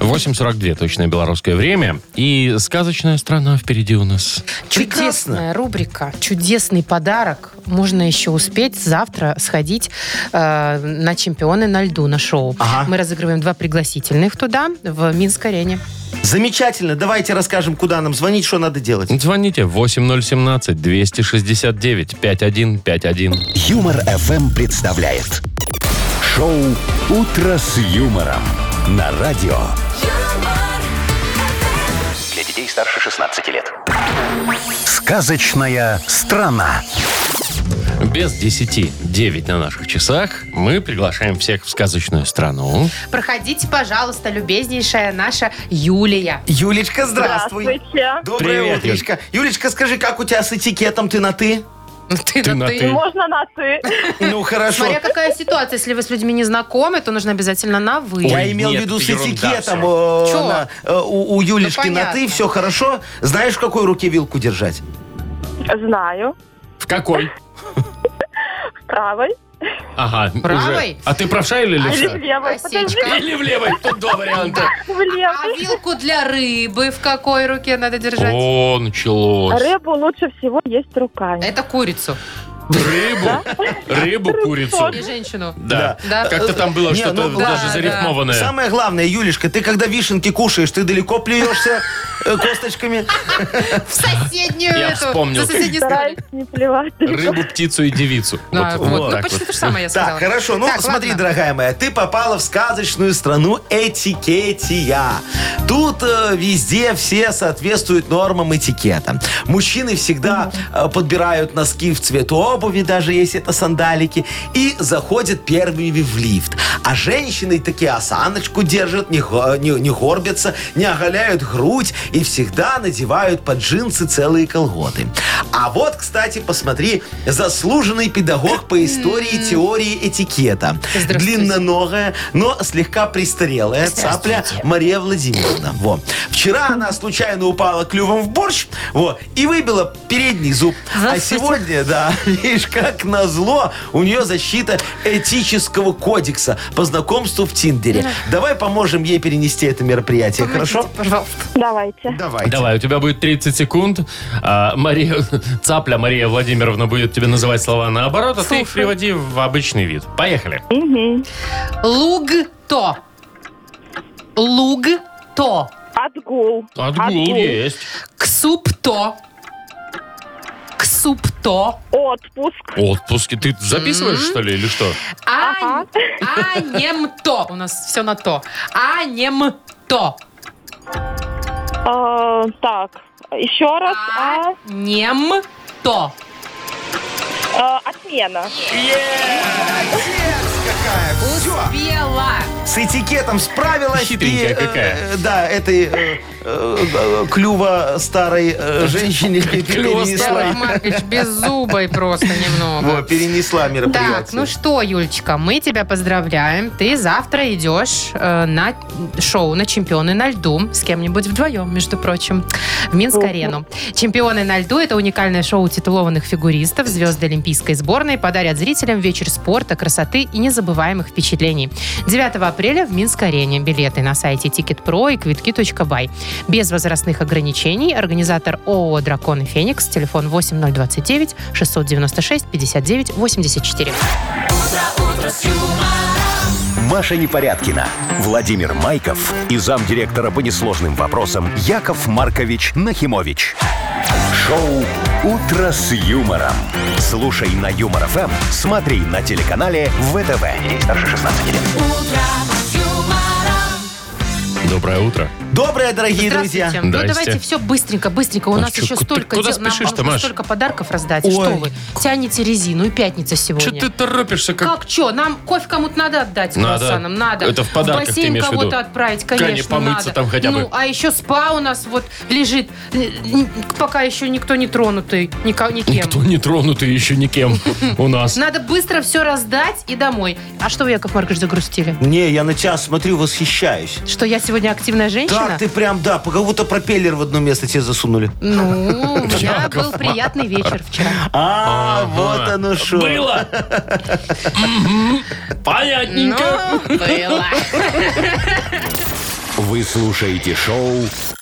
A: 8 8.42 точное белорусское время. И сказочная страна впереди у нас.
C: Прекрасно.
B: Чудесная рубрика, чудесный подарок. Можно еще успеть завтра сходить э, на чемпионы на льду на шоу.
C: Ага.
B: Мы разыгрываем два пригласительных туда, в Минск-арене.
C: Замечательно. Давайте расскажем, куда нам звонить, что надо делать.
A: Звоните 8017-269-5151.
D: Юмор FM представляет шоу Утро с юмором на радио.
G: Для детей старше 16 лет.
D: Сказочная страна.
A: Без 10 9 на наших часах мы приглашаем всех в сказочную страну.
B: Проходите, пожалуйста, любезнейшая наша Юлия.
C: Юлечка, здравствуй.
F: Здравствуйте.
C: Доброе
A: Привет,
C: утречко. Юлечка, скажи, как у тебя с этикетом? Ты на «ты»?
A: Ты на ты.
F: Можно на «ты»?
C: Ну, хорошо.
B: Смотря какая ситуация, если вы с людьми не знакомы, то нужно обязательно на вы.
A: Ой,
C: Я имел в
A: нет,
C: виду с
A: ерунда
C: этикетом. э,
B: Чё?
C: на- э, у, у Юлечки на
B: понятно.
C: «ты» все хорошо. Знаешь, в какой руке вилку держать?
F: Знаю.
A: В какой?
F: В правой.
A: Ага. уже.
B: Правой?
A: А ты правша или
F: Или в
A: левша?
F: левой. Подожди,
B: Косичка.
A: Или в левой? Тут два варианта.
F: в левой.
B: А вилку для рыбы в какой руке надо держать?
A: О, началось.
F: Рыбу лучше всего есть руками.
B: Это курицу.
A: Рыбу? Рыбу, курицу.
B: И женщину.
A: Да.
B: Да.
A: Как-то там было
C: Не,
A: что-то
C: ну,
A: даже
B: да,
A: зарифмованное.
C: Самое главное, Юлечка, ты когда вишенки кушаешь, ты далеко плюешься э, косточками?
B: В соседнюю
A: Я
B: эту,
A: вспомнил.
B: За соседний столик.
F: Стараюсь не плевать.
A: Рыбу, птицу и девицу.
B: Да,
A: Вот,
B: вот,
A: вот
B: ну,
A: так
B: почти
A: вот.
B: то же самое я сказала.
C: Так, хорошо. Ну,
B: Так,
C: смотри,
B: ладно.
C: дорогая моя, ты попала в сказочную страну этикетия. Тут э, везде все соответствуют нормам этикета. Мужчины всегда э, подбирают носки в цвет обуви, даже если это сандалики, и заходят первыми в лифт. А женщины такие осаночку держат, не, хо- не, не горбятся, не оголяют грудь и всегда надевают под джинсы целые колготы. А вот, кстати, посмотри, заслуженный педагог по истории теории этикета.
B: Здравствуйте.
C: Длинноногая, но слегка престарелая цапля Мария Владимировна. Во. Вчера она случайно упала клювом в борщ во, и выбила передний зуб. А
B: Здравствуйте.
C: сегодня, да, *laughs* видишь, как назло, у нее защита этического кодекса по знакомству в Тиндере. Давай поможем ей перенести это мероприятие, хорошо?
B: Пожалуйста.
F: Давайте.
C: Давайте.
A: Давай, у тебя будет 30 секунд. А, Мария, *laughs* цапля Мария Владимировна будет тебе называть слова наоборот, а ты их
B: Слушай.
A: приводи в обычный вид. Поехали.
B: Луг-то. Луг-то.
F: Отгул.
A: Отгул есть.
B: Ксуп-то. Ксуп-то.
F: Отпуск.
A: Отпуски. Ты записываешь, что ли, или что?
B: А, а нем-то. У нас все на то. А нем-то.
F: А, Так. Еще раз.
B: А нем-то.
F: а, а, Отмена.
B: Успела.
C: С этикетом справилась.
A: Хитренькая
C: и, э,
A: какая.
C: э, да, этой э, э, э, клюва старой э,
A: *laughs*
C: женщине
A: Клюва
B: Яков
C: перенесла.
B: Маркович беззубой просто немного.
C: Во, перенесла мероприятие.
B: Так, ну что, Юлечка, мы тебя поздравляем. Ты завтра идешь э, на шоу на чемпионы на льду с кем-нибудь вдвоем, между прочим, в Минск-арену. Чемпионы на льду – это уникальное шоу титулованных фигуристов. Звезды Олимпийской сборной подарят зрителям вечер спорта, красоты и незабываемых впечатлений. 9 апреля в Минск-арене. Билеты на сайте Ticket.pro и квитки.бай. Без возрастных ограничений. Организатор ООО «Дракон и Феникс». Телефон 8029 696 59 84.
D: Маша Непорядкина, Владимир Майков и замдиректора по несложным вопросам Яков Маркович Нахимович. Шоу «Утро с юмором». Слушай на Юмор ФМ, смотри на телеканале ВТВ. Здесь старше 16 лет.
A: Доброе утро.
C: Доброе, дорогие друзья.
B: Здравствуйте. Ну,
A: Здрасте.
B: давайте все быстренько, быстренько. У
A: А
B: нас
A: чё,
B: еще
A: ку- ты
B: столько
A: куда
B: дел. Нам
A: спешишь-то,
B: нужно
A: Маш?
B: столько подарков раздать.
C: Ой.
B: Что вы? Тяните резину и пятница
A: Че
B: сегодня.
A: ты торопишься, как...
B: Как что? Нам кофе кому-то надо отдать с
A: Надо.
B: круассаном, надо.
A: Это в подарках ты
B: бассейн
A: имеешь в виду?
B: кого-то отправить, конечно,
A: Конечно, помыться
B: надо.
A: там хотя бы.
B: Ну, а еще спа у нас вот лежит, н- н- пока еще никто не тронутый, нико- никем.
A: Никто не тронутый еще никем
B: *laughs*
A: у нас.
B: Надо быстро все раздать и домой. А что вы, Яков Маркович, загрустили?
C: Не, я на тебя смотрю, восхищаюсь.
B: Что я сегодня активная женщина?
C: Так ты прям, да, по кого-то пропеллер в одно место тебе засунули.
A: *laughs*
B: Ну, у меня
A: Яков
B: был приятный вечер вчера.
C: А,
A: Ага.
C: вот оно что.
A: Было! Мгм. Понятненько.
B: Ну, было.
D: Вы слушаете шоу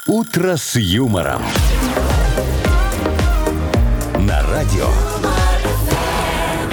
D: «Утро с юмором». На радио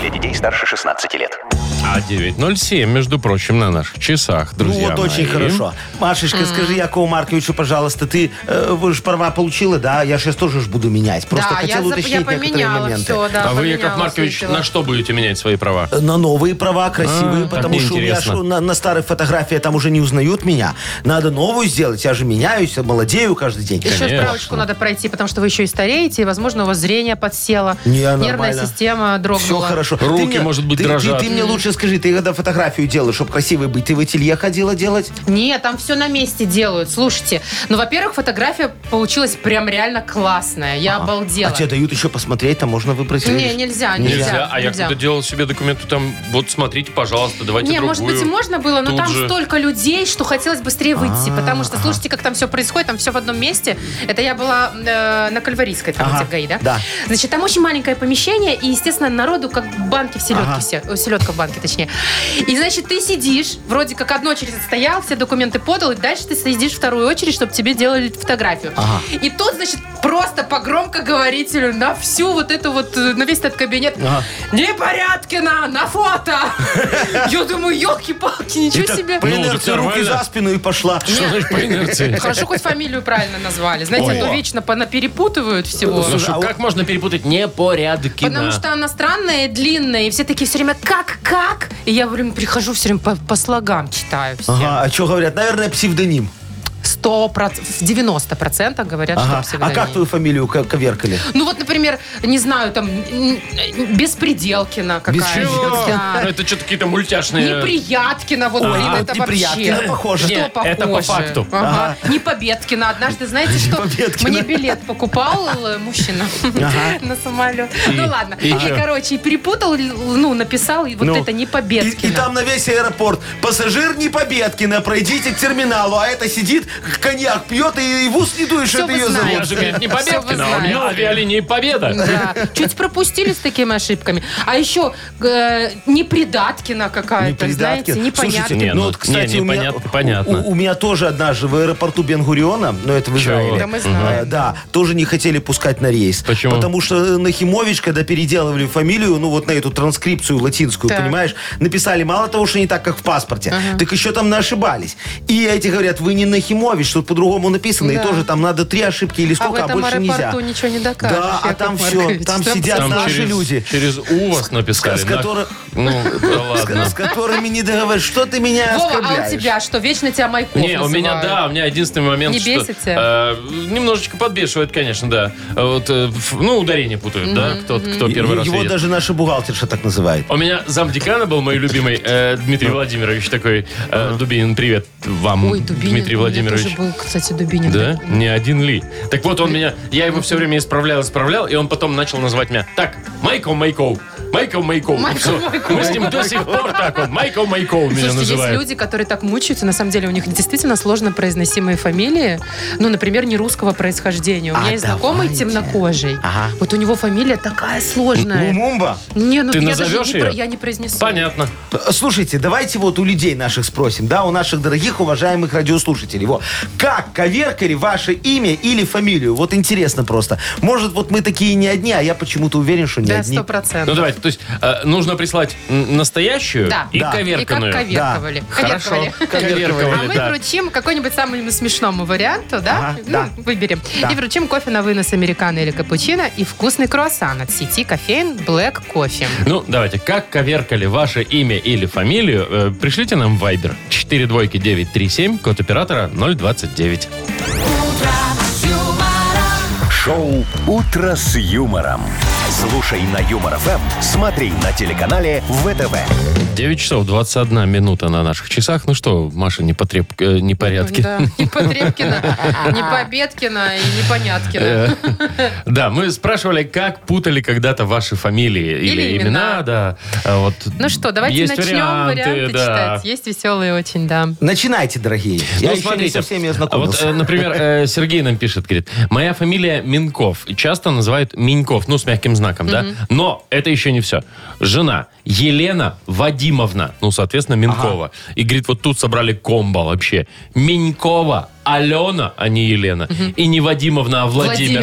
G: Для детей старше 16 лет.
A: А 9.07, между прочим, на наших часах,
C: Ну
A: друзья
C: вот очень
A: мои.
C: хорошо. Машечка, скажи Якову Марковичу, пожалуйста, ты э, вы же права получила, да? Я сейчас тоже ж буду менять. Просто
B: да, я,
C: хотел
B: за-
C: уточнить
B: я
C: некоторые
B: поменяла
C: моменты.
B: все, да.
A: а вы, Яков
B: поменяла
A: Маркович,
B: всё дело.
A: на что будете менять свои права?
C: на новые права, красивые,
A: А, так
C: потому что у меня
A: неинтересно.
C: ж на, на старых фотографиях там уже не узнают меня. Надо новую сделать, я же меняюсь, молодею каждый день.
B: Еще
A: Конечно.
B: справочку надо пройти, потому что вы еще и стареете, и, возможно, у вас зрение подсело,
C: Не,
B: нервная
C: нормально.
B: система
C: Все
B: дрогнула.
C: хорошо. Ты
A: Руки,
C: мне-
A: может быть,
C: ты- ты-
A: дрожат.
C: Ты, мне лучше скажи, ты когда фотографию делаешь, чтобы красивой быть, ты в ателье ходила делать?
B: Нет, там все на месте делают. Слушайте, ну, во-первых, фотография получилась прям реально классная. Я обалдела.
C: А тебе дают еще посмотреть, там можно выбрать.
B: Не,
C: видишь?
B: нельзя, нельзя.
A: А я
B: нельзя.
A: когда делал себе документы, там, вот смотрите, пожалуйста, давайте
B: Не,
A: другую.
B: может быть, и можно было, но
A: Тут
B: там
A: же.
B: столько людей, что хотелось быстрее выйти. Потому что, слушайте, как там все происходит, там все в одном месте. Это я была э, на Кальварийской, там,
C: Ага,
B: где в ГАИ, да?
C: да.
B: Значит, там очень маленькое помещение, и, естественно, народу как банки в селедке
C: Ага.
B: все. э, Селедка в банке, точнее. И, значит, ты сидишь, вроде как одну очередь отстоял, все документы подал, и дальше ты сидишь вторую очередь, чтобы тебе делали фотографию.
C: Ага.
B: И тут, значит, просто по громкоговорителю на всю вот эту вот, э, на весь этот кабинет.
C: Ага.
B: Непорядкина на
C: *laughs*
B: фото! Я думаю, елки-палки, ничего
C: Это
B: себе. Ну,
C: По
A: Ну,
C: инерции
A: так
C: руки
A: нормально.
C: за спину и пошла.
A: Что значит по
B: *laughs*
A: инерции?
B: Хорошо, хоть фамилию правильно назвали. Знаете,
A: Ой.
B: а то вечно перепутывают всего.
A: Ну что, как можно перепутать непорядки?
B: Потому что она странная и длинная, и все такие все время «как, как?» И я время прихожу, все время по, по слогам читаю все.
C: Ага, а что говорят? Наверное, псевдоним.
B: 100%, 90% говорят,
C: Ага.
B: что
C: А
B: псевдоним.
C: как твою фамилию ко- коверкали?
B: Ну вот, например, не знаю, там м, м, Беспределкина
C: Беспределкина.
B: какая-то.
C: *laughs*
B: Да.
A: Ну, Это что-то какие-то мультяшные...
B: Неприяткина, вот, блин,
C: а,
B: это
C: вот Неприяткина
B: вообще.
C: похоже.
B: Что
A: Не, это по
B: похоже?
A: факту.
B: Ага. Не Победкина. Однажды, знаете, что
C: Победкина.
B: мне билет покупал э, мужчина *laughs* на самолет. Ну ладно.
A: и
B: И,
A: чё?
B: короче, и перепутал, ну, написал, и вот
C: Ну.
B: это не
C: И, и
B: Победкина.
C: там на весь аэропорт пассажир не Победкина, пройдите к терминалу, а это сидит, коньяк пьет и, и в ус не дует,
B: Всё
C: что это
B: вы
C: ее
B: знаете.
A: Я
C: зовут.
A: же, говорит, не Победкина, а
B: Всё вы
A: у меня
B: знаете.
A: авиалинии Победа.
B: Да. Чуть пропустили с такими ошибками. А еще э, непридаткина какая-то, Э, знаете,
C: Непридаткин.
B: непонятно.
C: Слушайте,
A: Не,
C: ну,
A: ну,
C: вот, кстати,
A: не,
C: у меня,
A: непонятно, понятно.
C: У, у меня тоже однажды в аэропорту Бенгуриона, ну это в
A: Чего?
C: Израиле,
B: Да мы знаем.
C: э, да, тоже не хотели пускать на рейс.
A: Почему?
C: Потому что Нахимович, когда переделывали фамилию, ну вот на эту транскрипцию латинскую,
B: Так.
C: понимаешь, написали мало того, что не так, как в паспорте, так еще там наошибались. И эти говорят, вы не Нахимович, тут по-другому написано, и
B: Да.
C: тоже там надо три ошибки или
B: А в
C: сколько, а,
B: этом
C: больше нельзя.
B: аэропорту ничего не докажешь.
C: Да, а
B: Яков
C: там все,
B: Маркович.
C: там сидят
A: Там
C: наши
A: через,
C: люди.
A: через У вас написали.
C: с
A: на-
C: которых-
A: Ну, да ладно.
C: *laughs* С, с которыми не договоришь. Что ты меня
B: Вова, а у
C: оскорбляешь?
B: тебя что? Вечно тебя Майков
A: Не, у меня,
B: называют?
A: да, у меня единственный момент,
B: Не
A: что...
B: бесит тебя?
A: э, немножечко подбешивает, конечно, да. А Вот, э, ф- ну, ударение путают, да, кто, кто первый раз
C: Его
A: едет.
C: даже наша бухгалтерша так называет.
A: У меня замдекана был мой любимый э, Дмитрий Владимирович такой. Э, Дубинин, привет вам,
B: Ой, Дубинин.
A: Дмитрий
B: у меня
A: Владимирович.
B: тоже был, кстати, Дубинин.
A: Да? Не один ли? Так вот, он меня... Я его все время исправлял, исправлял, и он потом начал называть меня так. Майкл Майков. Майкл Майков.
B: Майкл
A: Всё.
B: Майков.
A: Мы с ним до сих пор так он. Майкл Майков меня
B: Слушайте, есть
A: называют.
B: люди, которые так мучаются. На самом деле у них действительно сложно произносимые фамилии. Ну, например, не русского происхождения. У меня
C: А
B: есть знакомый
C: давайте.
B: темнокожий.
C: Ага.
B: Вот у него фамилия такая сложная.
C: Мумба.
B: Не, ну
A: Ты
B: я даже
A: назовешь
B: не, про-
A: ее?
B: я не произнесу.
A: Понятно.
C: Слушайте, давайте вот у людей наших спросим, да, у наших дорогих, уважаемых радиослушателей. Во. Как коверкали ваше имя или фамилию? Вот интересно просто. Может, вот мы такие не одни, а я почему-то уверен, что не
B: Да,
C: одни.
B: сто
A: Ну,
B: процентов.
A: давайте. То есть, э, нужно прислать м, настоящую
B: Да.
A: и
C: Да.
B: И как
A: коверканную.
B: коверковали.
A: Хорошо.
B: Коверковали. А
A: Коверковали,
B: мы
A: да.
B: вручим какой-нибудь самому смешному варианту, да?
C: Ага,
B: ну,
C: да.
B: Выберем.
C: Да.
B: И вручим кофе на вынос американо или капучино и вкусный круассан от сети кофеин Black Coffee.
A: Ну, давайте, как коверкали ваше имя или фамилию, э, пришлите нам в Viber 42937, код оператора 029.
D: Шоу «Утро с юмором». Слушай на Юмор ФМ, смотри на телеканале ВТВ.
A: 9 часов 21 минута на наших часах. Ну что, Маша, не потреб... э, непорядки.
B: Да, Ну, не Потребкина, не Победкина и не Поняткина.
A: Э, *laughs* Да, мы спрашивали, как путали когда-то ваши фамилии или,
B: Или
A: имена,
B: имена.
A: да. А Вот
B: Ну что, давайте
A: есть
B: начнем
A: варианты,
B: варианты
A: да.
B: читать. Есть веселые очень, да.
C: Начинайте, дорогие. я
A: Ну,
C: еще не
A: смотрите,
C: со всеми
A: а вот,
C: ознакомился.
A: э, например, э, Сергей нам пишет, говорит, моя фамилия Минков. Часто называют Миньков, ну, с мягким знаком, да? Но это еще не все. Жена Елена Вадимовна, ну, соответственно, Минкова. И говорит, вот тут собрали комбо вообще. Минькова, Алена, а не Елена. И не Вадимовна, а Владимировна.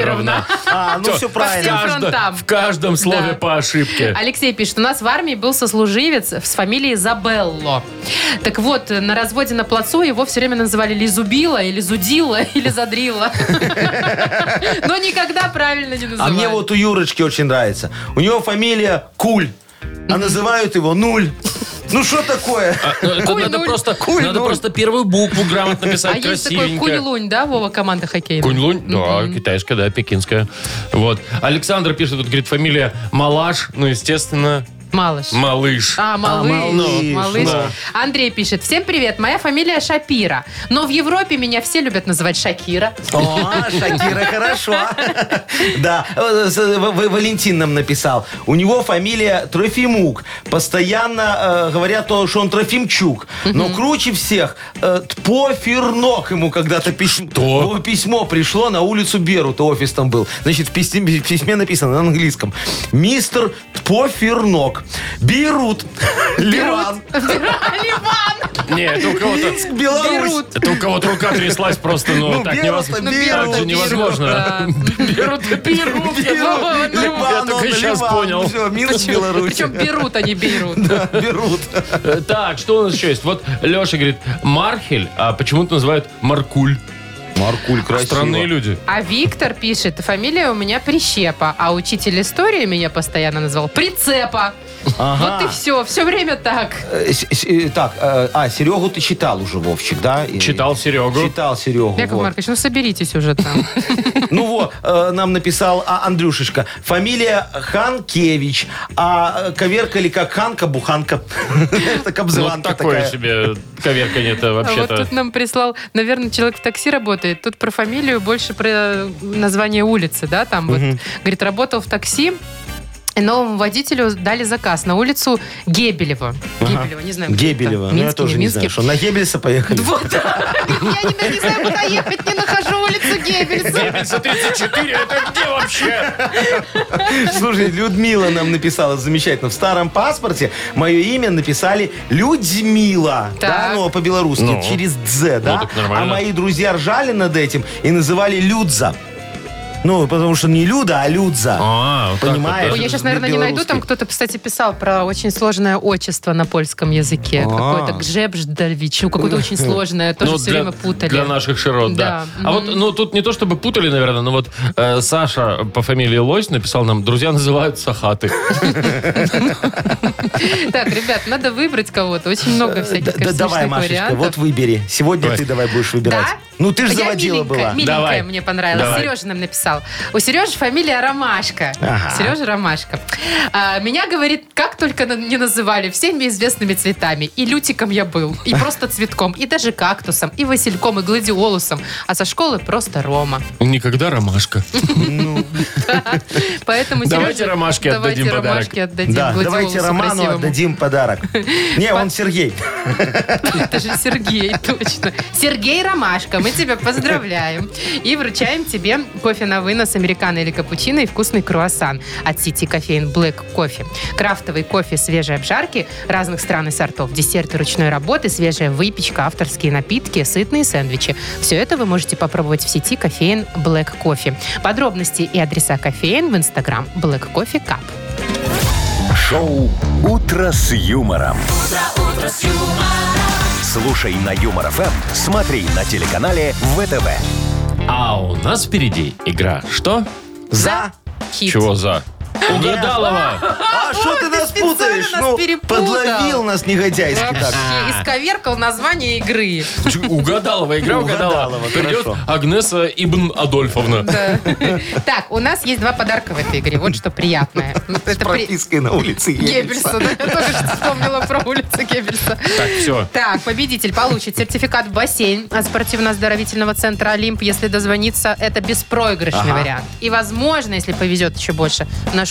B: Владимировна.
C: А, ну
A: Всё,
C: все
A: в
C: правильно.
B: всем фронтам.
A: каждом, в каждом слове
B: Да. А
A: по ошибке.
B: Алексей пишет, у нас в армии был сослуживец с фамилией Забелло. Так вот, на разводе на плацу его все время называли Лизубила, или Зудила, *laughs* или Задрила. Но никогда правильно не
C: А
B: называли.
C: мне вот у Юрочки очень нравится. У него фамилия Куль, а называют его Нуль. Ну что такое?
A: А, ну, это
B: Куль
A: надо
B: нуль.
A: просто,
C: Куль
A: надо
C: нуль.
A: просто первую букву грамотно
B: А
A: писать
B: есть такой
A: красивенько.
B: Кунь-Лунь, да, Вова, команда хоккейная?
A: Кунь-лунь? Да, китайская, да, пекинская. Вот. Александр пишет, вот говорит, фамилия Малаш, ну, естественно,
B: Малыш.
A: Малыш.
B: А, малыш.
C: малыш,
B: малыш.
A: да.
B: Андрей пишет. Всем привет, моя фамилия Шапира. Но в Европе меня все любят называть Шакира.
C: О, Шакира, хорошо. Да, э, с- В- В- Валентин нам написал. У него фамилия Трофимук. Постоянно э, говорят, то, что он Трофимчук. Но круче всех э, Тпофернок ему когда-то письмо.
A: Кто?
C: О, письмо пришло на улицу Берута, офис там был. Значит, в письме, в письме написано на английском. Мистер Тпофернок. Берут.
B: *laughs*
C: Ливан.
B: Ливан!
A: Нет, это у кого-то...
C: Минск, Беларусь.
B: Берут.
A: Это у кого-то рука тряслась просто, ну,
C: Ну,
A: так,
C: Берут,
A: невозможно.
C: Берут,
A: так же
C: Берут.
A: невозможно.
B: Берут, берут. я думала,
C: Берут.
B: ну.
C: Ливан,
A: только
C: он
A: сейчас
C: Ливан.
A: понял.
C: Всё, Минск,
B: Причем-
C: Беларусь.
B: Причем берут, а не берут.
C: Берут.
A: Э, Так, что у нас еще есть? Вот Леша говорит, Мархель, а почему-то называют Маркуль.
C: Маркуль,
A: Странные люди.
B: А Виктор пишет, фамилия у меня Прищепа, а учитель истории меня постоянно назвал Прицепа. Вот и все, все время так.
C: Э, с- с- э, Так, э, а, Серегу ты читал уже, Вовчик, да? И-
A: Читал Серегу.
C: Читал Серегу.
B: Яков
C: вот.
B: Маркович, ну соберитесь уже там.
C: Ну вот, э, нам написал а, Андрюшечка. Фамилия Ханкевич, а э, коверкали как Ханка, Буханка. *laughs* Это
A: Ну, Вот
C: кобзыванка
A: такое
C: такая.
A: себе коверканье это
B: А вот
A: вообще-то.
B: тут нам прислал, наверное, человек в такси работает. Тут про фамилию больше про э, название улицы, да, там вот. Говорит, работал в такси. И новому водителю дали заказ на улицу Гебелева. Гебелева, не знаю. где это.
C: Гебелева. Ну,
B: Минский,
C: я тоже не знаю,
B: Минский.
C: что. На Гебельса поехали.
B: Вот, *laughs* да. я не, я не знаю, куда ехать, не нахожу улицу Геббельса.
A: 34, это где вообще?
C: Слушай, Людмила нам написала замечательно. В старом паспорте мое имя написали Людмила. Да,
B: Так.
C: ну, по-белорусски,
A: Ну.
C: через «дз», да?
A: так нормально.
C: а мои друзья ржали над этим и называли Людза. Ну, потому что не Люда, а Людза.
A: А, вот так вот,
C: Понимаешь?
A: да.
B: Ой, я сейчас, наверное, не найду. Там кто-то, кстати, писал про очень сложное отчество на польском
C: А.
B: языке. Какое-то Гжебждальвич. Ну, какое-то очень сложное. Тоже
A: Ну,
B: все
A: для-
B: время путали.
A: Для наших широт, да.
B: Да.
A: А вот, ну, тут не то чтобы путали, наверное, но вот э, Саша по фамилии Лось написал нам, друзья называют Сахаты.
B: Так, ребят, надо выбрать кого-то. Очень много всяких
C: Э, Да- да-
B: экзотичных
C: давай, Машечка,
B: вариантов.
C: вот выбери. Сегодня ты давай будешь выбирать.
B: Да? А
C: Ну, ты же
B: Я
C: заводила
B: миленькая,
C: была.
B: Миленькая
A: Давай.
B: мне понравилась.
A: Давай.
B: Сережа нам написал. У Сережи фамилия Ромашка.
C: Ага.
B: Сережа Ромашка. А, меня, говорит, как только на- не называли всеми известными цветами. И лютиком я был,
C: *laughs*
B: и просто цветком, и даже кактусом, и васильком, и гладиолусом. А со школы просто Рома.
A: Никогда ромашка.
C: Ну,
B: Поэтому,
A: Давайте
B: Сережа,
A: Ромашке
B: давайте
A: отдадим подарок.
B: Ромашке отдадим
C: Да,
B: гладиолусу
C: давайте Роману
B: красивому. *laughs*
C: отдадим подарок. Не, он Сергей.
B: Это же Сергей, точно. Сергей Ромашка, мы тебя поздравляем. И вручаем тебе кофе на вынос, американо или капучино и вкусный круассан от сети кофеин Black Кофе. Крафтовый кофе свежей обжарки разных стран и сортов, десерты ручной работы, свежая выпечка, авторские напитки, сытные сэндвичи. Все это вы можете попробовать в сети кофеин Black Кофе. Подробности и адреса кофеин в инстаграм Black Кофе Cup.
D: Шоу «Утро с юмором». Слушай на Юмор ФМ, смотри на телеканале ВТВ.
A: А у нас впереди игра. Что?
C: За.
B: Хит.
A: Чего за? Угадалова!
C: А что ты нас
B: специально
C: путаешь?
B: нас
C: Ну,
B: перепутал.
C: подловил нас негодяйский
B: Вообще,
C: так.
B: исковеркал название игры.
A: Чё, Угадалова, игра угадала.
C: Угадалова,
A: Придет
C: хорошо.
A: Агнеса Ибн Адольфовна.
B: Да. Так, у нас есть два подарка в этой игре. Вот что приятное.
C: С
B: *laughs* Это при-
C: пропиской на улице Ельца.
B: Геббельса. да, Я тоже что-то вспомнила про улицу Геббельса.
A: Так, все.
B: Так, победитель получит сертификат в бассейн от спортивно-оздоровительного центра «Олимп». Если дозвониться, это беспроигрышный вариант. И, возможно, если повезет еще больше, нашу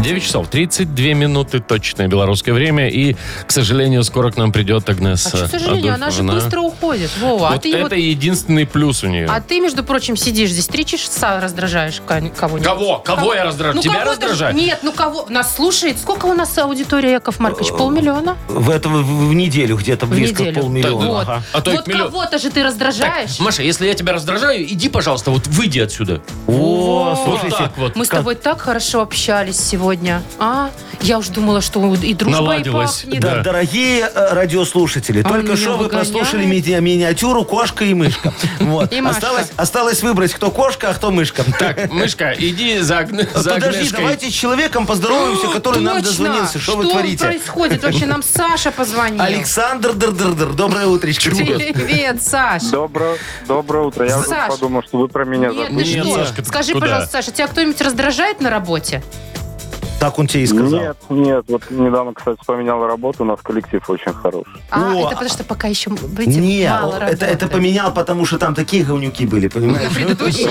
A: 9 часов 32 минуты точное белорусское время. И, к сожалению, скоро к нам придет Агнесса
B: А что, к сожалению, она же
A: Адольфовна.
B: быстро уходит. Вова, а
A: Вот
B: ты
A: это
B: вот-
A: единственный плюс у нее.
B: А ты, между прочим, сидишь здесь три часа раздражаешь кон- кого-нибудь.
A: Кого? Кого я раздражаю? Тебя
B: кого-то же-
A: раздражаю?
B: Ну, Нет, ну кого? Нас слушает. Сколько у нас аудитория, Яков Маркович?
C: Э,
B: Полмиллиона?
C: В, это, в, в неделю где-то близко
B: неделю.
C: полмиллиона.
B: Вот,
C: Ага.
A: А то и
B: вот
A: миллион.
B: кого-то же ты раздражаешь.
A: Маша, если я тебя раздражаю, иди, пожалуйста, вот выйди отсюда.
C: О,
A: Вот
C: слушайте,
A: так вот.
B: Мы с тобой так хорошо общались сегодня. А? Я уж думала, что и дружба
A: Наладилась.
B: и пахнет.
A: Да.
C: Д- Дорогие э, радиослушатели, только
B: меня
C: что вы
B: выгоняет.
C: прослушали ми- миниатюру «Кошка
B: *laughs*
C: и мышка». Вот.
B: И Машка.
C: Осталось, осталось выбрать, кто кошка, а кто мышка.
B: *laughs*
A: Так, мышка, иди за, Агне- за
C: Подожди,
A: Агнешкой.
C: давайте с
B: *gasps*
C: человеком поздороваемся, который нам
B: Точно!
C: дозвонился. Что вы
B: Что
C: творите?
B: происходит? Вообще нам Саша позвонил.
C: Александр Др-др-др, доброе утречко.
B: Привет, Саш.
E: Доброе, доброе утро. Я уже
B: Саш.
E: подумал, что вы про меня
B: Нет,
E: забыли.
B: ты
A: Нет,
B: что?
A: Сашка, ты
B: Скажи,
A: куда?
B: пожалуйста, Саша, тебя кто-нибудь раздражает на работе?
C: Так он тебе и сказал.
E: Нет, нет, вот недавно, кстати, поменял работу, у нас коллектив очень хороший.
B: А,
C: О,
B: это потому что пока еще видите,
C: Нет,
B: мало
C: это, это
B: работает.
C: поменял, потому что там такие говнюки были, понимаешь?
B: Предыдущий?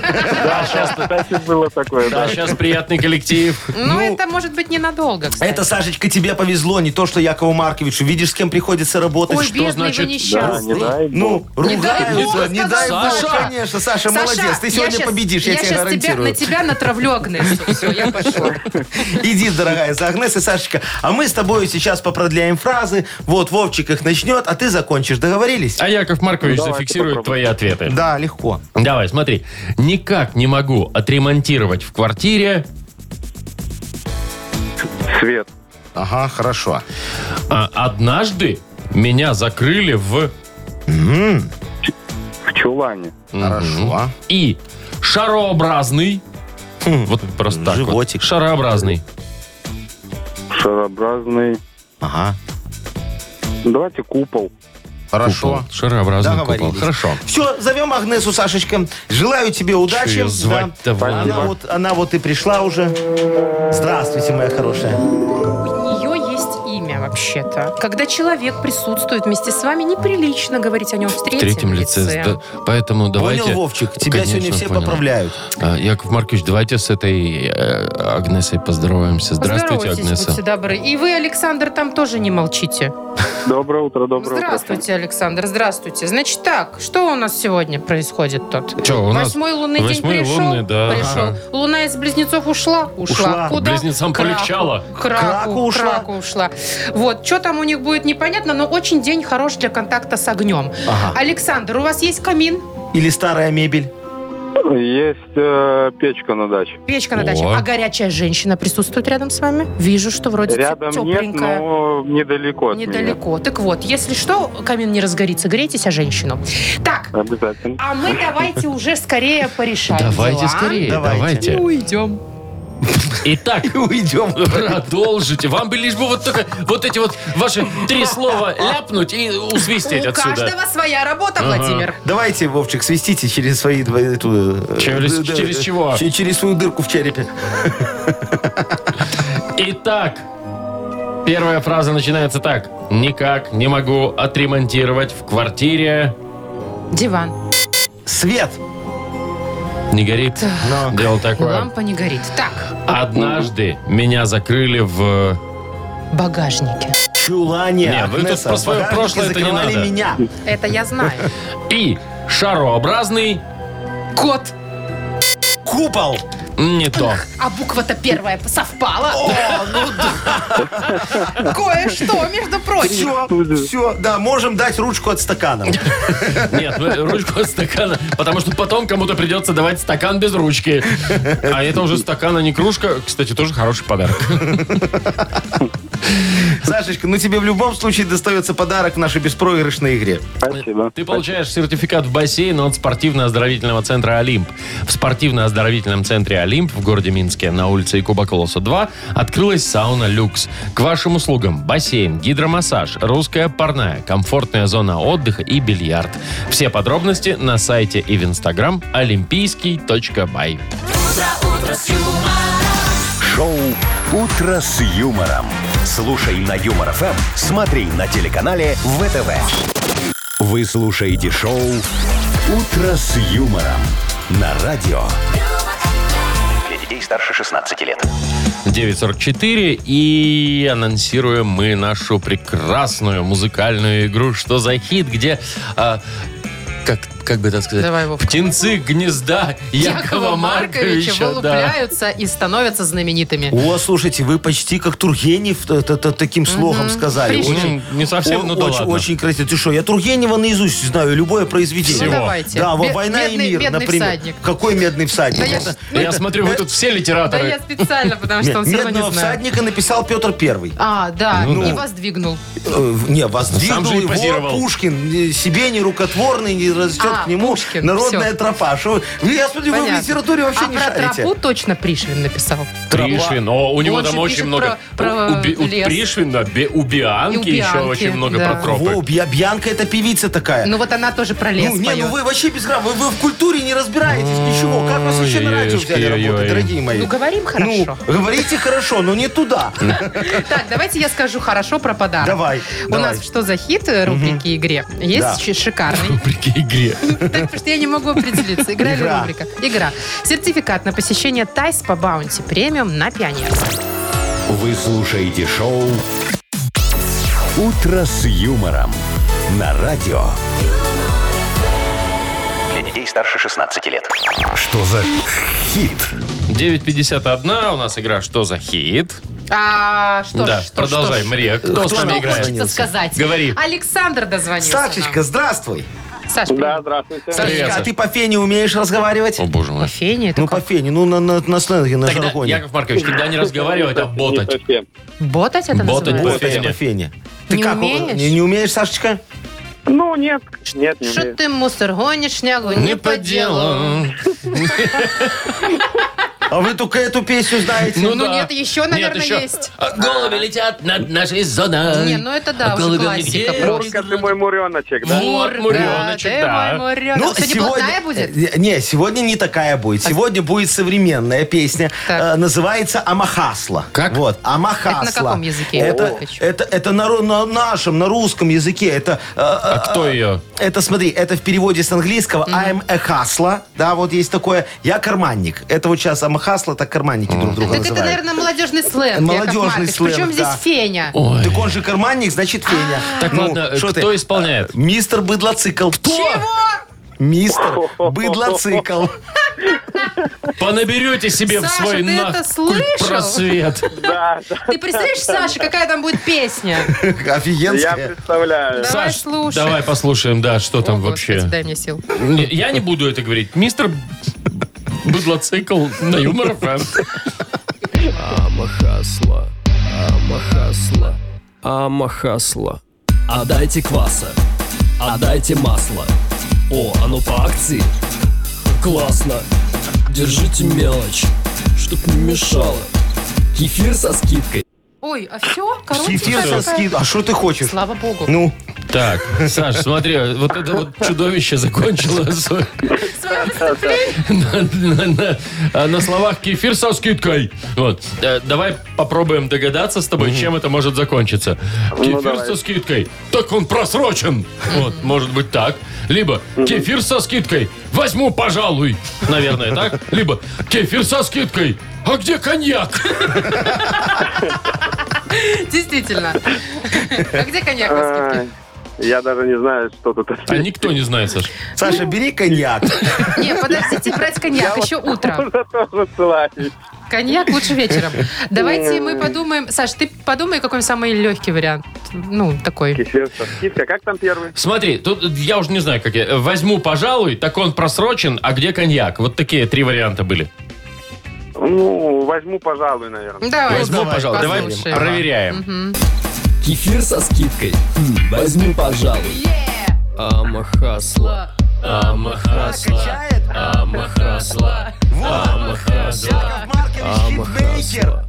E: Да, кстати, было такое,
A: Да,
E: да.
A: сейчас приятный коллектив.
B: Ну, это может быть ненадолго, кстати.
C: Это, Сашечка, тебе повезло, не то, что Якову Марковичу. Видишь, с кем приходится работать.
B: Ой,
A: что
B: бедный вы
A: значит?
E: Да,
B: несчастный.
E: не дай
C: Ну,
E: бог.
B: Не дай
C: ругаются,
B: бог,
C: не дай
B: сказал
C: бог,
B: Саша.
C: конечно. Саша,
B: Саша,
C: молодец, ты
B: я
C: сегодня
B: щас-
C: победишь, я, тебе
B: щас тебя-
C: гарантирую.
B: на тебя натравлю, Агнесу. *laughs* Все, я пошла.
C: *laughs* Иди, дорогая, за Агнесой, Сашечка. А мы с тобой сейчас попродляем фразы. Вот Вовчик их начнет, а ты закончишь. Договорились?
A: А Яков Маркович
E: Ну, Давайте
A: зафиксирует
E: попробуем.
A: твои ответы.
C: Да, легко.
A: Давай, смотри. Никак не могу отремонтировать в квартире
E: Свет.
C: Ага, хорошо.
A: А, однажды меня закрыли в
E: В чулане.
C: Хорошо.
A: и шарообразный. Хм, Вот просто так. вот.
C: Животик.
A: Шарообразный.
E: Шарообразный. Ну,
C: Ага,
E: Давайте купол.
C: хорошо.
A: Купол. Шарообразный купол.
C: Договорились.
A: Хорошо.
C: Все, зовем Агнесу, Сашечка. Желаю тебе удачи.
A: Чё её звать-то,
C: Да.
A: Вова?
C: Она вот, она вот и пришла уже. Здравствуйте, моя хорошая.
B: У нее есть имя, вообще-то. Когда человек присутствует вместе с вами, неприлично говорить о нем в
A: В
B: третьем,
A: третьем лице. да. Поэтому давайте...
C: Понял, Вовчик? Тебя
A: Конечно,
C: сегодня все
A: понял.
C: поправляют.
A: А, Яков Маркович, давайте с этой э, Агнесой поздороваемся. Здравствуйте,
B: Поздоровайтесь, будьте
A: Агнеса.
B: добры. И вы, Александр, там тоже не молчите.
E: Доброе утро, доброе утро.
B: здравствуйте, Александр, здравствуйте. Значит так, что у нас сегодня происходит тут?
A: Что, у нас
B: Восьмой лунный день
A: восьмой
B: пришел?
A: лунный, да.
B: пришел.
A: Ага.
B: Луна из близнецов ушла? Ушла.
C: Ушла.
B: Куда?
A: Близнецам
B: К раку.
A: полегчало.
B: К раку,
C: К раку
B: к
C: ушла.
B: раку ушла. Вот, что там у них будет, непонятно, но очень день хорош для контакта с огнем.
C: Ага.
B: Александр, у вас есть камин?
C: Или старая мебель. *laughs*
E: Есть э, печка на даче.
B: Печка на
A: О.
B: даче. А горячая женщина присутствует рядом с вами? Вижу, что вроде
E: Рядом нет,
B: тепленькая.
E: но недалеко от меня.
B: Недалеко. Так вот, если что, камин не разгорится, грейтесь, а женщину. Так,
E: Обязательно.
B: а мы давайте уже скорее порешаем
A: Давайте Ну,
B: дела.
A: скорее,
C: Давайте.
A: давайте.
B: Уйдем.
A: Итак,
C: И уйдем.
A: Продолжите. Вам бы лишь бы вот только вот эти вот ваши три слова ляпнуть и усвистеть
B: У
A: отсюда.
B: каждого своя работа, Владимир.
C: Давайте, Вовчик, свистите через свои... дво- эту, э,
A: Через-
C: э, да,
A: через
C: э,
A: чего?
C: че- Через свою дырку в черепе.
A: Итак, первая фраза начинается так. Никак не могу отремонтировать в квартире.
B: Диван.
C: Свет.
A: Не горит.
C: Но.
A: Дело такое.
B: Лампа не горит. Так,
A: Однажды меня закрыли в...
B: багажники.
C: Чулане.
A: Не, вы тут
C: Агнеса,
A: про свое
C: в багажнике
A: прошлое это не
C: закрывали
A: надо.
C: меня.
B: Это
A: *laughs*
B: я знаю.
A: И шарообразный...
B: Кот.
C: Купол.
A: Не то.
B: А буква-то первая совпала.
C: ну
B: *laughs* Кое-что, между прочим.
C: Все, все, да, можем дать ручку
B: *laughs*
C: от стакана.
A: Нет, ну, ручку от стакана. Потому что потом кому-то придется давать стакан без ручки. А это уже стакан, а не кружка. Кстати, тоже хороший подарок.
C: Сашечка, ну тебе в любом случае достается подарок в нашей беспроигрышной игре.
E: Спасибо.
A: Ты получаешь сертификат в бассейн от спортивно-оздоровительного центра «Олимп». В спортивно-оздоровительном центре «Олимп» в городе Минске на улице Якуба Колоса 2 открылась сауна «Люкс». К вашим услугам бассейн, гидромассаж, русская парная, комфортная зона отдыха и бильярд. Все подробности на сайте и в инстаграм олимпийский.бай.
D: Шоу «Утро с юмором». Слушай на Юмор ФМ, смотри на телеканале ВТВ. Вы слушаете шоу «Утро с юмором» на радио.
I: юмор.
G: детей старше 16 лет.
A: 9.44. И анонсируем мы нашу прекрасную музыкальную игру «Что за хит?», где... а, как, как бы это сказать?
B: Давай, Вовка.
A: Птенцы гнезда Якова,
B: Якова Марковича
A: Марковича. да.
B: вылупляются и становятся знаменитыми.
C: О, слушайте, вы почти как Тургенев т- т- т- таким слогом сказали.
B: Пришли.
C: Очень-
A: Ну, не совсем,
C: о-
A: ну да
C: очень,
A: ладно.
C: очень красиво. Ты что, я Тургенева наизусть знаю, любое произведение.
A: Всего.
B: Ну, давайте.
C: Да, во
B: Бе-
C: «Война
B: бедный-
C: и мир»,
B: бедный
C: например.
B: всадник.
C: Какой медный всадник?
B: Да я,
A: Ну, Я смотрю, вы тут все
B: да я
A: литераторы.
B: специально, потому
C: Нет,
B: что он все равно
C: медного
B: не знает.
C: всадника написал Петр Первый.
B: А, да,
A: Ну
B: и
A: да.
B: воздвигнул.
C: Э, не, воздвигнул
A: Сам же и
C: его
A: позировал.
C: Пушкин. э, Себе не рукотворный, не растет
B: А,
C: к нему
B: Пушкин,
C: народная
B: всё.
C: тропа. Шо вы- я смотрю, вы
B: Понятно.
C: в литературе вообще
B: а
C: не
B: про
C: шарите.
B: тропу точно Пришвин написал.
A: Пришвин. О, у него
B: Он
A: там
B: же
A: очень
B: пишет
A: много...
B: про- про
A: у, Би- у
B: лес.
A: Пришвин, да, Бе- у Бианки,
B: И у
A: еще
B: Бианки,
A: очень много
B: да.
A: про тропы.
C: Во, Бья- Бьянка это певица такая.
B: Ну вот она тоже про лес
C: ну, не, ну
B: поет.
C: вы вообще без грамма, вы, вы в культуре не разбираетесь ничего. Как вас вообще на радио
A: Ой-ой-ой.
C: взяли работать, дорогие мои?
B: Ну, говорим хорошо.
C: Ну, говорите хорошо, но не туда.
B: Так, давайте я скажу хорошо про подарок.
C: Давай,
B: У
C: давай.
B: нас что за хит э, рубрики игре? Есть
C: Да.
B: щ-
C: *laughs*
B: шикарный.
A: Вопреки игре.
B: Так, потому что я не могу определиться. Игра или
C: Игра.
B: рубрика? Игра. Сертификат на посещение Тайс по баунти премиум на пионер.
D: Вы слушаете шоу «Утро с юмором» на радио.
G: Для детей старше 16 лет.
D: Что за хит?
A: 9.51, у нас игра «Что за хит?».
B: А что ж,
A: да,
B: что ж,
A: продолжай,
B: что ж. Ну,
A: Мария. Кто,
C: Кто
A: с нами
C: нам
A: играет?
B: хочется сказать?
A: Говори.
B: Александр дозвонился
C: Сашечка, здравствуй.
B: нам. Саш,
E: Да,
B: привет.
E: здравствуйте.
A: Привет,
C: Сашечка, а
A: Саш.
C: ты по фене умеешь разговаривать?
A: О, боже мой.
B: Кофейня, это
C: Ну, по фене, ну, на, на, на сленге, на
A: Тогда,
C: жаргоне.
A: Яков Маркович, тогда не разговаривать,
E: *laughs*
A: а ботать.
E: Не совсем.
B: ботать это
A: Ботать
C: Вот
B: называется?
A: по
C: это
A: фене.
C: по фене. Ты
B: Не
C: как,
B: умеешь?
C: Не, не умеешь, Сашечка?
H: Ну, нет.
E: Нет, не
B: Что
E: умею.
B: ты мусор гонишь, шнягу, не по делу.
C: А вы только эту песню знаете?
A: Ну,
B: Ну
A: да.
B: нет, еще, наверное,
A: еще.
B: есть.
A: А, Голуби летят над нашей зоной.
B: Не, ну это да,
A: А
B: уже
A: голуби где?
B: классика просто.
E: Мурка, ты мой муреночек, да?
A: Вот, Муреночек,
B: ты
A: да.
B: мой Муренок.
C: Ну,
B: Сегодня плотная будет? А
C: Э, Не, сегодня не такая будет. Сегодня будет современная песня.
B: Так.
C: Э, называется «Амахасла».
A: Как?
C: Вот, «Амахасла».
B: Это на каком языке, Яков
C: Это,
B: Маркович?
C: это, это на, ру- на нашем, на русском языке. Это, э,
A: А кто ее?
C: э, это, смотри, это в переводе с английского «I'm a hustler». Да, вот есть такое «Я карманник». Это вот сейчас «Амахасла», так карманники друг друга
B: Так
C: называют.
B: это, наверное, молодежный сленг,
C: Молодежный
B: Яков Маркович.
C: сленг,
B: Причем здесь
C: да.
B: Феня?
A: Ой.
C: Так он же карманник, значит, Феня.
B: А.
C: Ну,
A: Так, ладно, э,
C: шо
A: кто исполняет?
C: Мистер Быдлоцикл. Чего? Мистер Быдлоцикл.
A: Понаберете себе в
B: Саша,
A: свой
B: ты
A: на-
B: это слышал?
A: просвет.
E: Да, да.
B: Ты представляешь, Саша, какая там будет песня?
E: Я
C: Офигенская.
E: представляю.
B: Давай
A: Саш,
B: слушай.
A: давай послушаем, да, что там вообще.
B: дай мне сил.
A: Не, Я не буду это говорить. Мистер Быдлоцикл на Юмор Эм. ФМ.
I: Амахасла, амахасла, амахасла. Отдайте кваса, отдайте масло. О, оно по акции? Классно. Держите мелочь, чтоб не мешало. Кефир со скидкой.
B: Ой, а все?
A: Ну,
B: Короче,
C: Кефир
B: такая-
C: со скид- А что ты хочешь?
B: Слава богу.
C: Ну,
A: Так, Саш, смотри, вот это вот чудовище закончило свой- на, на- на- а, на словах кефир со скидкой. Вот. Э, Давай попробуем догадаться с тобой, чем это может закончиться. Кефир
E: давай.
A: со скидкой. Так он просрочен. Вот, может быть так. Либо кефир со скидкой. Возьму, пожалуй. Наверное, так? Либо кефир со скидкой. А где коньяк?
B: Действительно. А где коньяк на скидке?
E: Ай, Я даже не знаю, что тут.
A: А
E: *laughs*
A: никто не знает, Саш.
C: Саша, бери коньяк.
B: Не, подождите, брать коньяк, еще утро.
E: Можно тоже ссылаюсь.
B: Коньяк лучше вечером. Давайте мы подумаем. Саш, ты подумай, какой самый легкий вариант. Ну, такой.
E: Кефир со скидкой. Как там первый?
A: Смотри, тут я уже не знаю, как я. Возьму, пожалуй, так он просрочен, а где коньяк? Вот такие три варианта были.
E: Ну, возьму, пожалуй, наверное.
B: Давай,
A: Возьму, пожалуй. Давай
B: послушаем.
A: проверяем.
I: Кефир со скидкой. Хм, возьми, пожалуй. Амахасла, амахасла, амахасла, амахасла,
C: Яков Маркович, хитмейкер.
I: амахасла.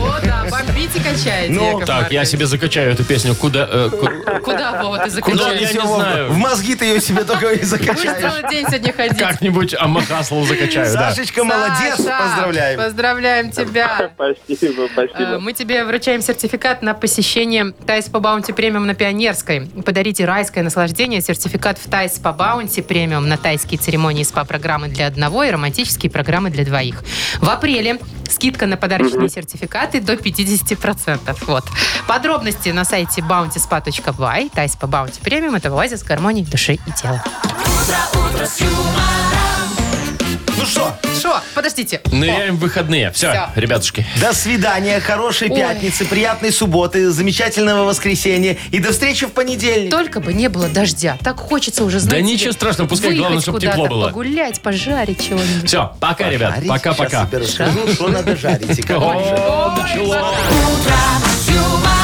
B: О, да, бомбите качаете,
C: Ну,
B: Яков
A: Так, я
B: Маркович.
A: себе закачаю эту песню. Куда? э, ку-
B: Куда, Вова, ты
A: Куда я
B: закачаешь?
A: не
C: Всё, Вов,
A: знаю.
C: В мозги ты ее себе только и
B: Будешь
C: закачаешь.
B: целый день сегодня ходить.
A: как-нибудь Амахаслу закачаю, да.
C: Сашечка, молодец,
B: Саша,
C: поздравляем.
B: Поздравляем тебя.
E: Спасибо,
B: Э,
E: спасибо.
B: Мы тебе вручаем сертификат на посещение Тайс по Баунти Премиум на Пионерской. Подарите райское наслаждение. Сертификат в Тайс по Баунти Премиум на тайские церемонии СПА-программы для одного и романтические романтические программы для двоих. В апреле скидка на подарочные сертификаты до 50%. Вот. Подробности на сайте bountyspa.by. Тайс по Баунти Премиум. Это оазис гармонии души и тела.
C: Ну что,
B: Шо? Подождите.
A: Ныряем Ну, в выходные. Все,
B: Всё.
A: ребятушки.
C: до свидания, хорошей пятницы, приятной субботы, замечательного воскресенья и до встречи в понедельник.
B: Только бы не было дождя. Так хочется уже знать.
A: ничего страшного, пускай главное, чтоб тепло было.
B: Погулять, пожарить чего-нибудь.
A: Все, пока, ребят.
C: Жарить?
A: Пока-пока.
C: Сейчас тебе расскажу, что надо жарить и как
A: О,
C: жарить.
A: началось.
J: с юмором.